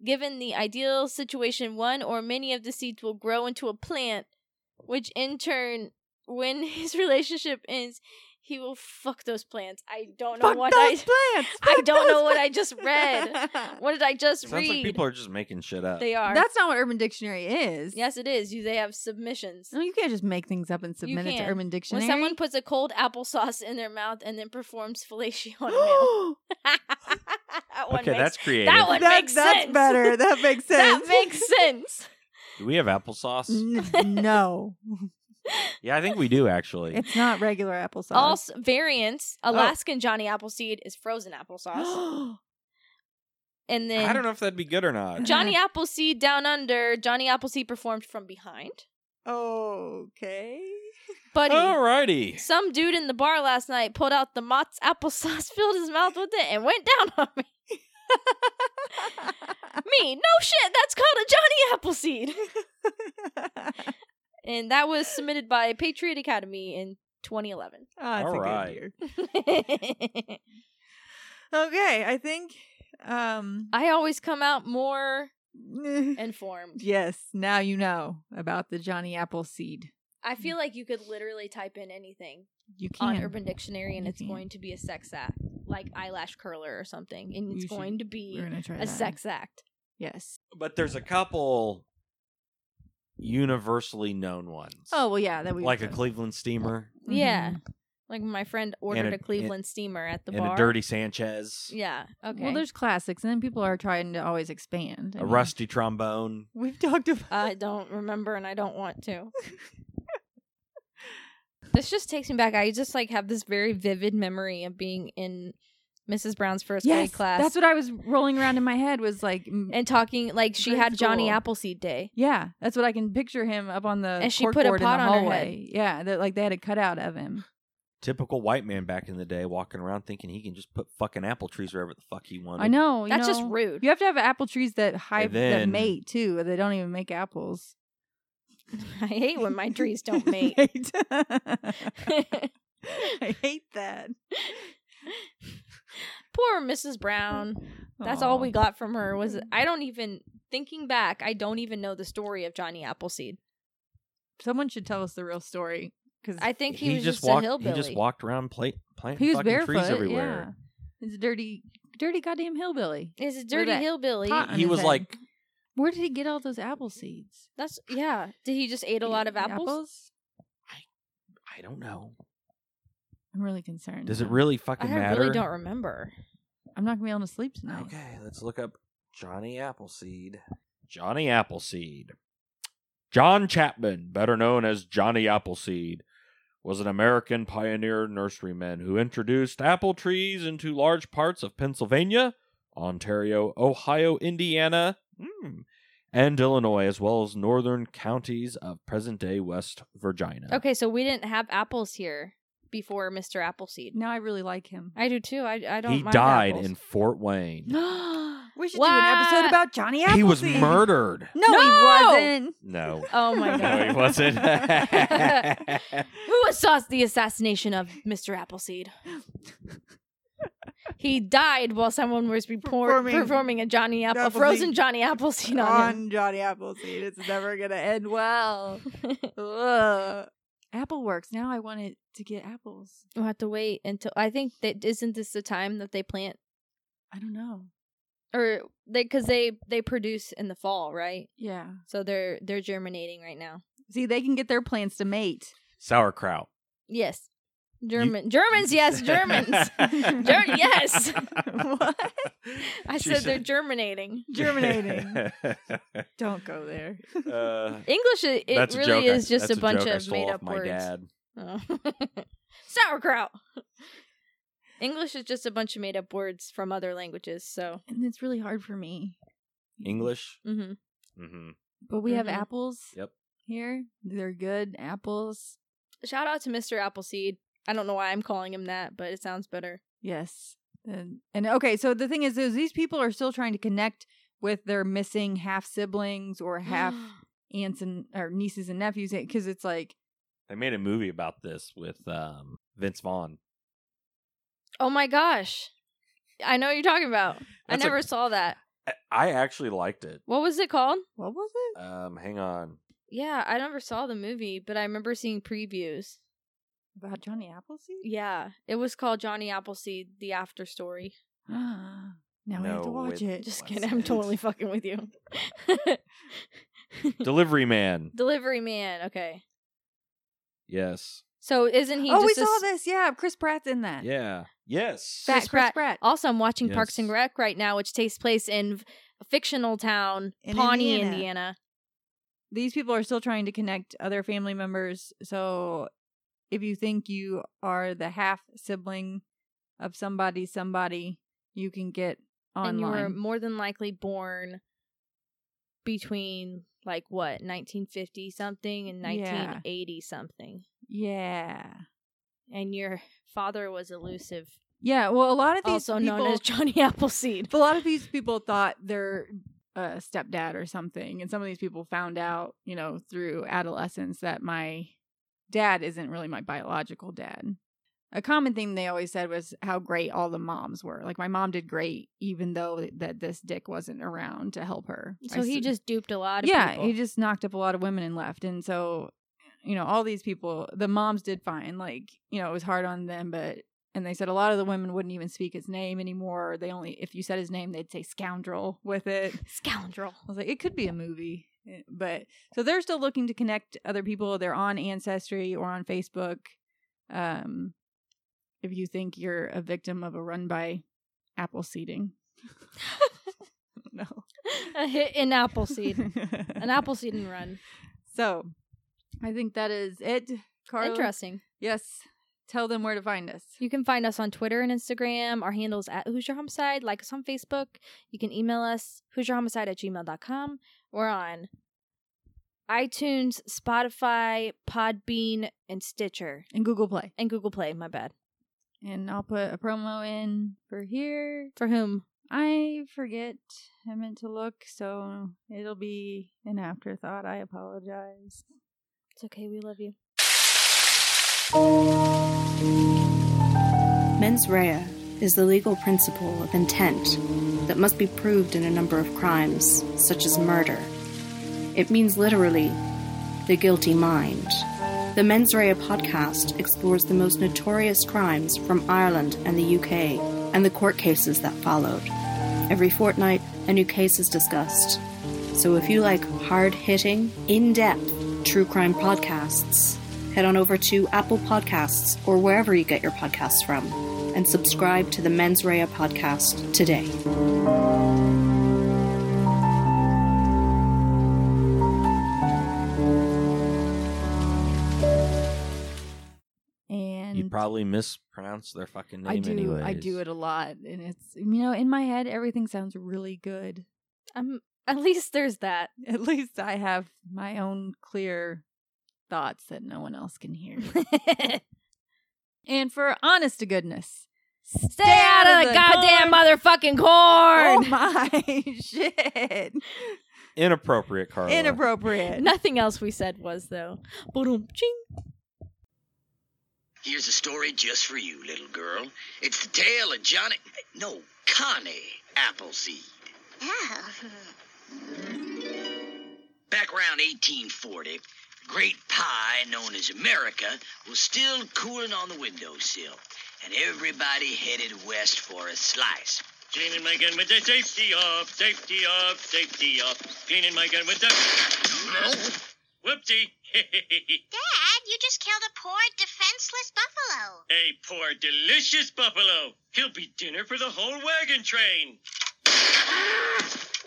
Speaker 4: given the ideal situation one or many of the seeds will grow into a plant which in turn when his relationship ends, he will fuck those plants. I don't know
Speaker 2: Fuck
Speaker 4: what I.
Speaker 2: those plants.
Speaker 4: I
Speaker 2: Fuck
Speaker 4: don't know
Speaker 2: those
Speaker 4: what I just read.
Speaker 2: plants.
Speaker 4: What did I just
Speaker 1: Sounds
Speaker 4: read?
Speaker 1: like people are just making shit up.
Speaker 4: they are.
Speaker 2: That's not what Urban Dictionary is.
Speaker 4: yes, it is. You. They have submissions.
Speaker 2: No, you can't just make things up and submit it to
Speaker 4: can.
Speaker 2: Urban
Speaker 4: When
Speaker 2: Dictionary.
Speaker 4: someone puts a cold applesauce in their mouth and then performs fellatio on a male. that one
Speaker 1: okay,
Speaker 4: makes
Speaker 1: that's creative.
Speaker 4: that one
Speaker 2: that,
Speaker 4: makes
Speaker 2: that's
Speaker 4: sense.
Speaker 2: better. That makes sense.
Speaker 4: That makes sense.
Speaker 1: Do we have applesauce?
Speaker 2: N- no,
Speaker 1: yeah, I think we do actually.
Speaker 2: it's not regular applesauce.
Speaker 4: Also, variants
Speaker 1: Oh.
Speaker 4: Alaskan Johnny Appleseed is frozen applesauce. and then
Speaker 1: I don't know if that'd be good or not.
Speaker 4: Johnny Appleseed Down Under, Johnny Appleseed performed from behind.
Speaker 2: okay.
Speaker 4: Buddy,
Speaker 1: Alrighty.
Speaker 4: some dude in the bar last night pulled out the Mott's applesauce, filled his mouth with it, and went down on me. me, no shit, that's called a Johnny Appleseed. And that was submitted by Patriot Academy in 2011.
Speaker 2: Ah, it's
Speaker 1: All
Speaker 2: a good
Speaker 1: right.
Speaker 2: year. Okay, I think. Um,
Speaker 4: I always come out more
Speaker 2: eh,
Speaker 4: informed.
Speaker 2: yes, now you know about the Johnny Appleseed.
Speaker 4: I feel like you could literally type in anything
Speaker 2: You
Speaker 4: on
Speaker 2: Mm. can't.
Speaker 4: Urban Dictionary and
Speaker 2: You
Speaker 4: it's
Speaker 2: can.
Speaker 4: going to be a sex act, like eyelash curler or something, and
Speaker 2: You
Speaker 4: it's
Speaker 2: should-
Speaker 4: going to
Speaker 2: We're
Speaker 4: be
Speaker 2: gonna try
Speaker 4: a
Speaker 2: that.
Speaker 4: sex act.
Speaker 2: Yes.
Speaker 1: But there's a couple universally known ones.
Speaker 2: Oh well, yeah. That we
Speaker 1: like a Cleveland steamer
Speaker 4: Yeah.
Speaker 2: Mhm.
Speaker 4: Like my friend ordered
Speaker 1: a-
Speaker 4: a, Cleveland steamer at the
Speaker 1: and
Speaker 4: bar.
Speaker 1: a dirty Sanchez,
Speaker 4: Yeah. Okay.
Speaker 2: Well, there's classics, and then people are trying to always expand. I
Speaker 1: a
Speaker 2: mean,
Speaker 1: rusty trombone.
Speaker 2: We've talked about.
Speaker 4: I don't remember and I don't want to. this just takes me back. I just like have this very vivid memory of being in Mrs. Brown's first grade class
Speaker 2: That's what I was rolling around in my head was like, m-
Speaker 4: and talking like she
Speaker 2: Grade
Speaker 4: had Johnny
Speaker 2: school.
Speaker 4: Appleseed Day.
Speaker 2: yeah, that's what I can picture him up on the
Speaker 4: And she put a
Speaker 2: corkboard in
Speaker 4: pot on
Speaker 2: the
Speaker 4: her
Speaker 2: hallway. Yeah, that like they had a cutout of him.
Speaker 1: Typical white man back in the day, walking around thinking he can just put fucking apple trees wherever the fuck he wanted.
Speaker 2: I know. you
Speaker 4: That's just
Speaker 2: know.
Speaker 4: rude.
Speaker 2: You have to have apple trees that hive that
Speaker 1: then-
Speaker 2: mate too. They don't even make apples.
Speaker 4: I hate when my trees don't mate.
Speaker 2: I hate that.
Speaker 4: Poor Mrs. Brown. That's all we got from her was I don't even thinking back, I don't even know the story of Johnny Appleseed.
Speaker 2: Someone should tell us the real story because
Speaker 4: I think he, was just,
Speaker 1: walked.
Speaker 4: a hillbilly.
Speaker 1: He just walked around pla- planting
Speaker 2: he was
Speaker 1: fucking
Speaker 2: barefoot.
Speaker 1: trees everywhere.
Speaker 2: Yeah, he's a dirty, dirty goddamn hillbilly.
Speaker 4: It's a dirty
Speaker 2: that
Speaker 4: hillbilly.
Speaker 2: pot on
Speaker 1: He
Speaker 2: his
Speaker 1: was
Speaker 2: head.
Speaker 1: like,
Speaker 2: Where did he get all those apple seeds?
Speaker 4: That's yeah. Did he just ate a lot of apples?
Speaker 1: I don't know.
Speaker 2: I'm really concerned.
Speaker 1: Does it
Speaker 2: now.
Speaker 1: really
Speaker 4: I
Speaker 1: fucking
Speaker 4: don't-
Speaker 1: matter?
Speaker 4: really don't remember.
Speaker 2: I'm not gonna be able to sleep tonight.
Speaker 1: Okay, let's look up Johnny Appleseed. Johnny Appleseed. John Chapman, better known as Johnny Appleseed, was an American pioneer nurseryman who introduced apple trees into large parts of Pennsylvania, Ontario, Ohio, Indiana, mm, and Illinois, as well as northern counties of present day West Virginia.
Speaker 4: Okay, so we didn't have apples here before Mr. Appleseed.
Speaker 2: Now I really like him.
Speaker 4: I do too. I I don't.
Speaker 1: He
Speaker 4: mind
Speaker 1: died
Speaker 4: apples.
Speaker 1: in Fort Wayne.
Speaker 2: we should do an
Speaker 4: What?
Speaker 2: episode about Johnny Appleseed.
Speaker 1: He was murdered.
Speaker 2: No,
Speaker 4: No!
Speaker 2: he wasn't.
Speaker 1: No.
Speaker 4: Oh my
Speaker 1: No,
Speaker 4: god.
Speaker 1: he wasn't.
Speaker 4: Who caused the assassination of Mr. Appleseed? He died while someone was repor-
Speaker 2: Performing-
Speaker 4: performing, a Johnny Apple, a
Speaker 2: Appleseed-
Speaker 4: frozen Johnny Appleseed on him.
Speaker 2: Johnny Appleseed. It's never gonna end well. Ugh. Apple works. Now I want it to get apples.
Speaker 4: We'll have to wait until I think that isn't this the time that they plant
Speaker 2: I don't know.
Speaker 4: or they because they they produce in the fall, right?
Speaker 2: Yeah.
Speaker 4: So they're they're germinating right now.
Speaker 2: See, they can get their plants to mate.
Speaker 1: Sauerkraut.
Speaker 4: Yes. German Germans, yes, Germans. Ger- yes.
Speaker 2: What?
Speaker 4: I
Speaker 1: She
Speaker 4: said they're germinating.
Speaker 2: Germinating. don't go there.
Speaker 1: Uh,
Speaker 4: English it, it
Speaker 1: that's a joke
Speaker 4: really
Speaker 1: I-
Speaker 4: is just a
Speaker 1: that's
Speaker 4: bunch
Speaker 1: joke I
Speaker 4: of
Speaker 1: stole
Speaker 4: made
Speaker 1: off
Speaker 4: up
Speaker 1: my
Speaker 4: words.
Speaker 1: dad.
Speaker 4: Oh. Sauerkraut. English is just a bunch of made up words from other languages, so
Speaker 2: And it's really hard for me.
Speaker 1: English.
Speaker 4: hmm
Speaker 1: Mm-hmm.
Speaker 2: But we have
Speaker 4: Mhm.
Speaker 2: apples.
Speaker 1: Yep.
Speaker 2: Here, they're good apples.
Speaker 4: shout out to Mr. Appleseed. I don't know why I'm calling him that, but it sounds better.
Speaker 2: Yes. And, and okay, so the thing is, is these people are still trying to connect with their missing half siblings or half aunts and or nieces and nephews because it's like
Speaker 1: They made a movie about this with um, Vince Vaughn.
Speaker 4: oh my gosh. I know what you're talking about.
Speaker 1: That's
Speaker 4: I
Speaker 1: a-
Speaker 4: never saw that.
Speaker 1: I- I actually liked it.
Speaker 4: What was it called?
Speaker 2: what was it?
Speaker 1: Um, hang on.
Speaker 4: Yeah, I never saw the movie, but I remember seeing previews.
Speaker 2: About Johnny Appleseed?
Speaker 4: Yeah, it was called Johnny Appleseed: The After Story.
Speaker 2: now I have to
Speaker 1: No, it
Speaker 2: watch it.
Speaker 4: Just
Speaker 1: What's
Speaker 4: kidding, I'm
Speaker 1: that?
Speaker 4: totally fucking with you.
Speaker 1: Delivery man.
Speaker 4: Delivery man. Okay,
Speaker 1: Yes.
Speaker 4: so isn't he?
Speaker 2: oh, we
Speaker 4: just a
Speaker 2: saw
Speaker 4: s-
Speaker 2: this. Yeah, Chris Pratt's in that.
Speaker 1: Yeah. Yes.
Speaker 2: Fat
Speaker 4: Chris
Speaker 2: Chris
Speaker 4: Pratt.
Speaker 2: Pratt.
Speaker 4: Also, I'm watching Parks and
Speaker 1: Yes.
Speaker 4: Rec right now, which takes place in v- fictional town
Speaker 2: In
Speaker 4: Pawnee, Indiana.
Speaker 2: Indiana. These people are still trying to connect other family members. So if you think you are the half sibling of somebody, somebody, you can get
Speaker 4: and you
Speaker 2: online.
Speaker 4: were more than likely born between like what 1950 something and
Speaker 2: Yeah.
Speaker 4: 1980 something,
Speaker 2: yeah.
Speaker 4: and your father was elusive,
Speaker 2: Yeah. Well, a lot of these
Speaker 4: also
Speaker 2: people,
Speaker 4: known as Johnny Appleseed.
Speaker 2: a lot of these people thought their uh, stepdad or something, and some of these people found out, you know, through adolescence that my dad isn't really my biological dad. A common thing they always said was how great all the moms were. Like my mom did great, even though that this dick wasn't around to help her.
Speaker 4: So
Speaker 2: I
Speaker 4: he
Speaker 2: s-
Speaker 4: just duped a lot of
Speaker 2: yeah,
Speaker 4: people.
Speaker 2: he just knocked up a lot of women and left, and so you know all these people, the moms did fine. Like you know it was hard on them, but and they said a lot of the women wouldn't even speak his name anymore. They only if you said his name, they'd say scoundrel with it.
Speaker 4: scoundrel.
Speaker 2: I was like, it could be a movie, eh, but so they're still looking to connect other people. They're on Ancestry or on Facebook. Um, if you think you're a victim of a run by apple seeding, no,
Speaker 4: a hit in Appleseed. An
Speaker 2: an
Speaker 4: Appleseed and run.
Speaker 2: So, I think that is it. Carl,
Speaker 4: Interesting.
Speaker 2: Yes, tell them where to find us.
Speaker 4: You can find us on Twitter and Instagram. Our handles at Hoosier Homicide. Like us on Facebook. You can email us HoosierHomicide at gmail.com. We're on iTunes, Spotify, Podbean, and Stitcher.
Speaker 2: And Google Play,
Speaker 4: And Google Play, my bad.
Speaker 2: and I'll put a promo in for here.
Speaker 4: For whom?
Speaker 2: I forget. I meant to look, so it'll be an afterthought. I apologize.
Speaker 4: It's okay, we love you.
Speaker 9: Mens rea is the legal principle of intent that must be proved in a number of crimes, such as murder. It means literally the guilty mind. The Mens Rea podcast explores the most notorious crimes from Ireland and the UK and the court cases that followed. Every fortnight, a new case is discussed. So if you like hard hitting, in depth true crime podcasts, head on over to Apple Podcasts or wherever you get your podcasts from and subscribe to the Mens Rea podcast today.
Speaker 2: And
Speaker 1: you probably mispronounce their fucking name
Speaker 2: I do.
Speaker 1: anyways.
Speaker 2: I do it a lot, and it's you know in my head everything sounds really good.
Speaker 4: I'm, at least there's that.
Speaker 2: At least I have my own clear thoughts that no one else can hear. and for honest to goodness, stay,
Speaker 4: Stay out of the goddamn motherfucking
Speaker 2: Oh
Speaker 4: corn!
Speaker 2: my shit!
Speaker 1: Inappropriate, Carla.
Speaker 2: Inappropriate.
Speaker 4: Oh. Nothing else we said was, though. Boom, ching.
Speaker 10: Here's a story just for you, little girl. It's the tale of Johnny. No, Connie Appleseed. Back around 1840, great pie known as America was still cooling on the windowsill, and everybody headed west for a slice.
Speaker 11: Gene and Megan with the safety up, safety up, safety up. Gene and Megan with the whoopsie.
Speaker 12: Dad, you just killed a poor, defenseless buffalo.
Speaker 11: A poor, delicious buffalo. He'll be dinner for the whole wagon train.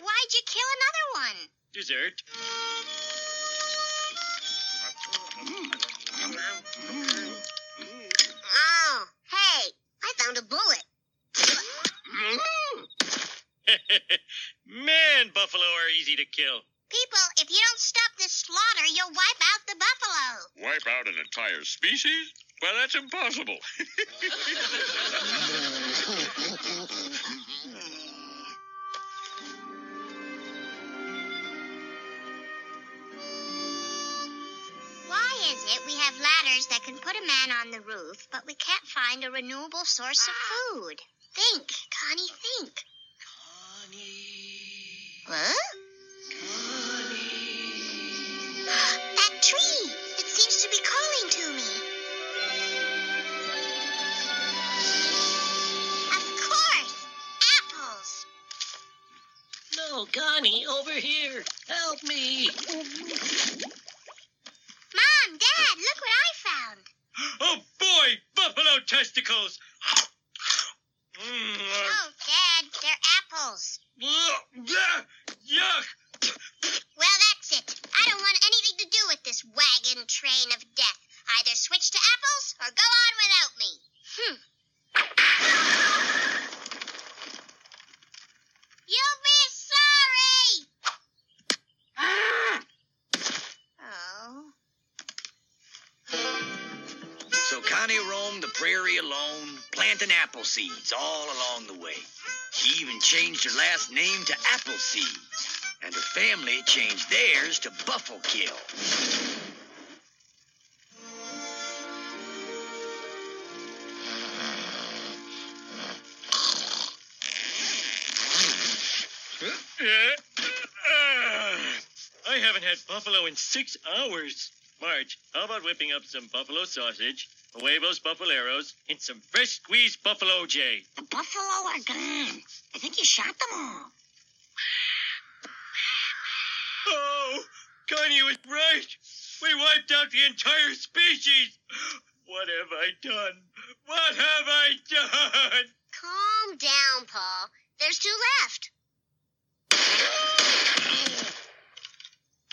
Speaker 12: Why'd you kill another one?
Speaker 11: Dessert.
Speaker 12: Oh, hey, I found a bullet.
Speaker 11: Man, buffalo are easy to kill.
Speaker 12: People, if you don't stop this slaughter, you'll wipe out the buffalo.
Speaker 11: Wipe out an entire species? Well, that's impossible.
Speaker 12: Mm-hmm. Why is it we have ladders that can put a man on the roof, but we can't find a renewable source of food? Think, Connie, think. Connie. What? Connie. tree. It seems to be calling to me. Of course, apples.
Speaker 11: No, Connie, over here. Help me.
Speaker 12: Mom, Dad, look what I found.
Speaker 13: Oh boy, buffalo testicles. Mm,
Speaker 12: Oh, Dad, they're apples.
Speaker 13: uh, yuck.
Speaker 12: Well, that's it. I don't want anything to do with this wagon train of death. Either switch to apples or go on without me. Hmm. You'll be sorry. Oh.
Speaker 11: So Connie roamed the prairie alone, planting apple seeds all along the way. She even changed her last name to Appleseed, and her family changed theirs to Bufflekill.
Speaker 13: Uh, uh, I haven't had buffalo in six hours. Marge, how about whipping up some buffalo sausage, huevos buffaleros, and some fresh squeezed buffalo jay?
Speaker 12: The buffalo are gone. I think you shot them all.
Speaker 13: Oh, Connie was right. We wiped out the entire species. What have I done? What have I done?
Speaker 12: Calm down, Paul. There's two left.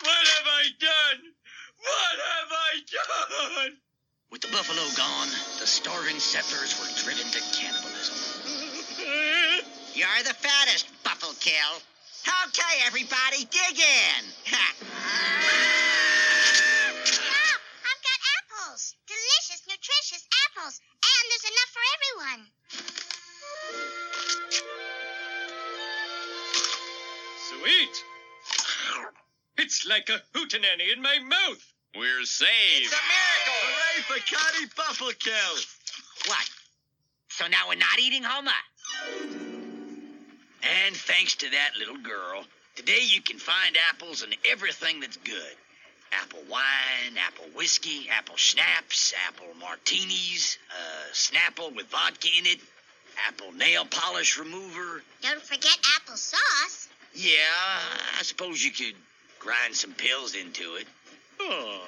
Speaker 13: What have I done? What have I done?
Speaker 11: With the buffalo gone, the starving settlers were driven to cannibalism.
Speaker 12: You're the fattest, Bufflekill. Okay, everybody, dig in. Mom, I've got apples. Delicious, nutritious apples. And there's enough for everyone.
Speaker 13: Sweet. It's like a hootenanny in my mouth. We're saved.
Speaker 11: miracle!
Speaker 13: Hooray for Connie Bufflekill.
Speaker 11: What? So now we're not eating Homa? And thanks to that little girl, today you can find apples in everything that's good. Apple wine, apple whiskey, apple schnapps, apple martinis, uh, Snapple with vodka in it, apple nail polish remover.
Speaker 12: Don't forget apple sauce.
Speaker 11: Yeah, I suppose you could grind some pills into it.
Speaker 13: Oh,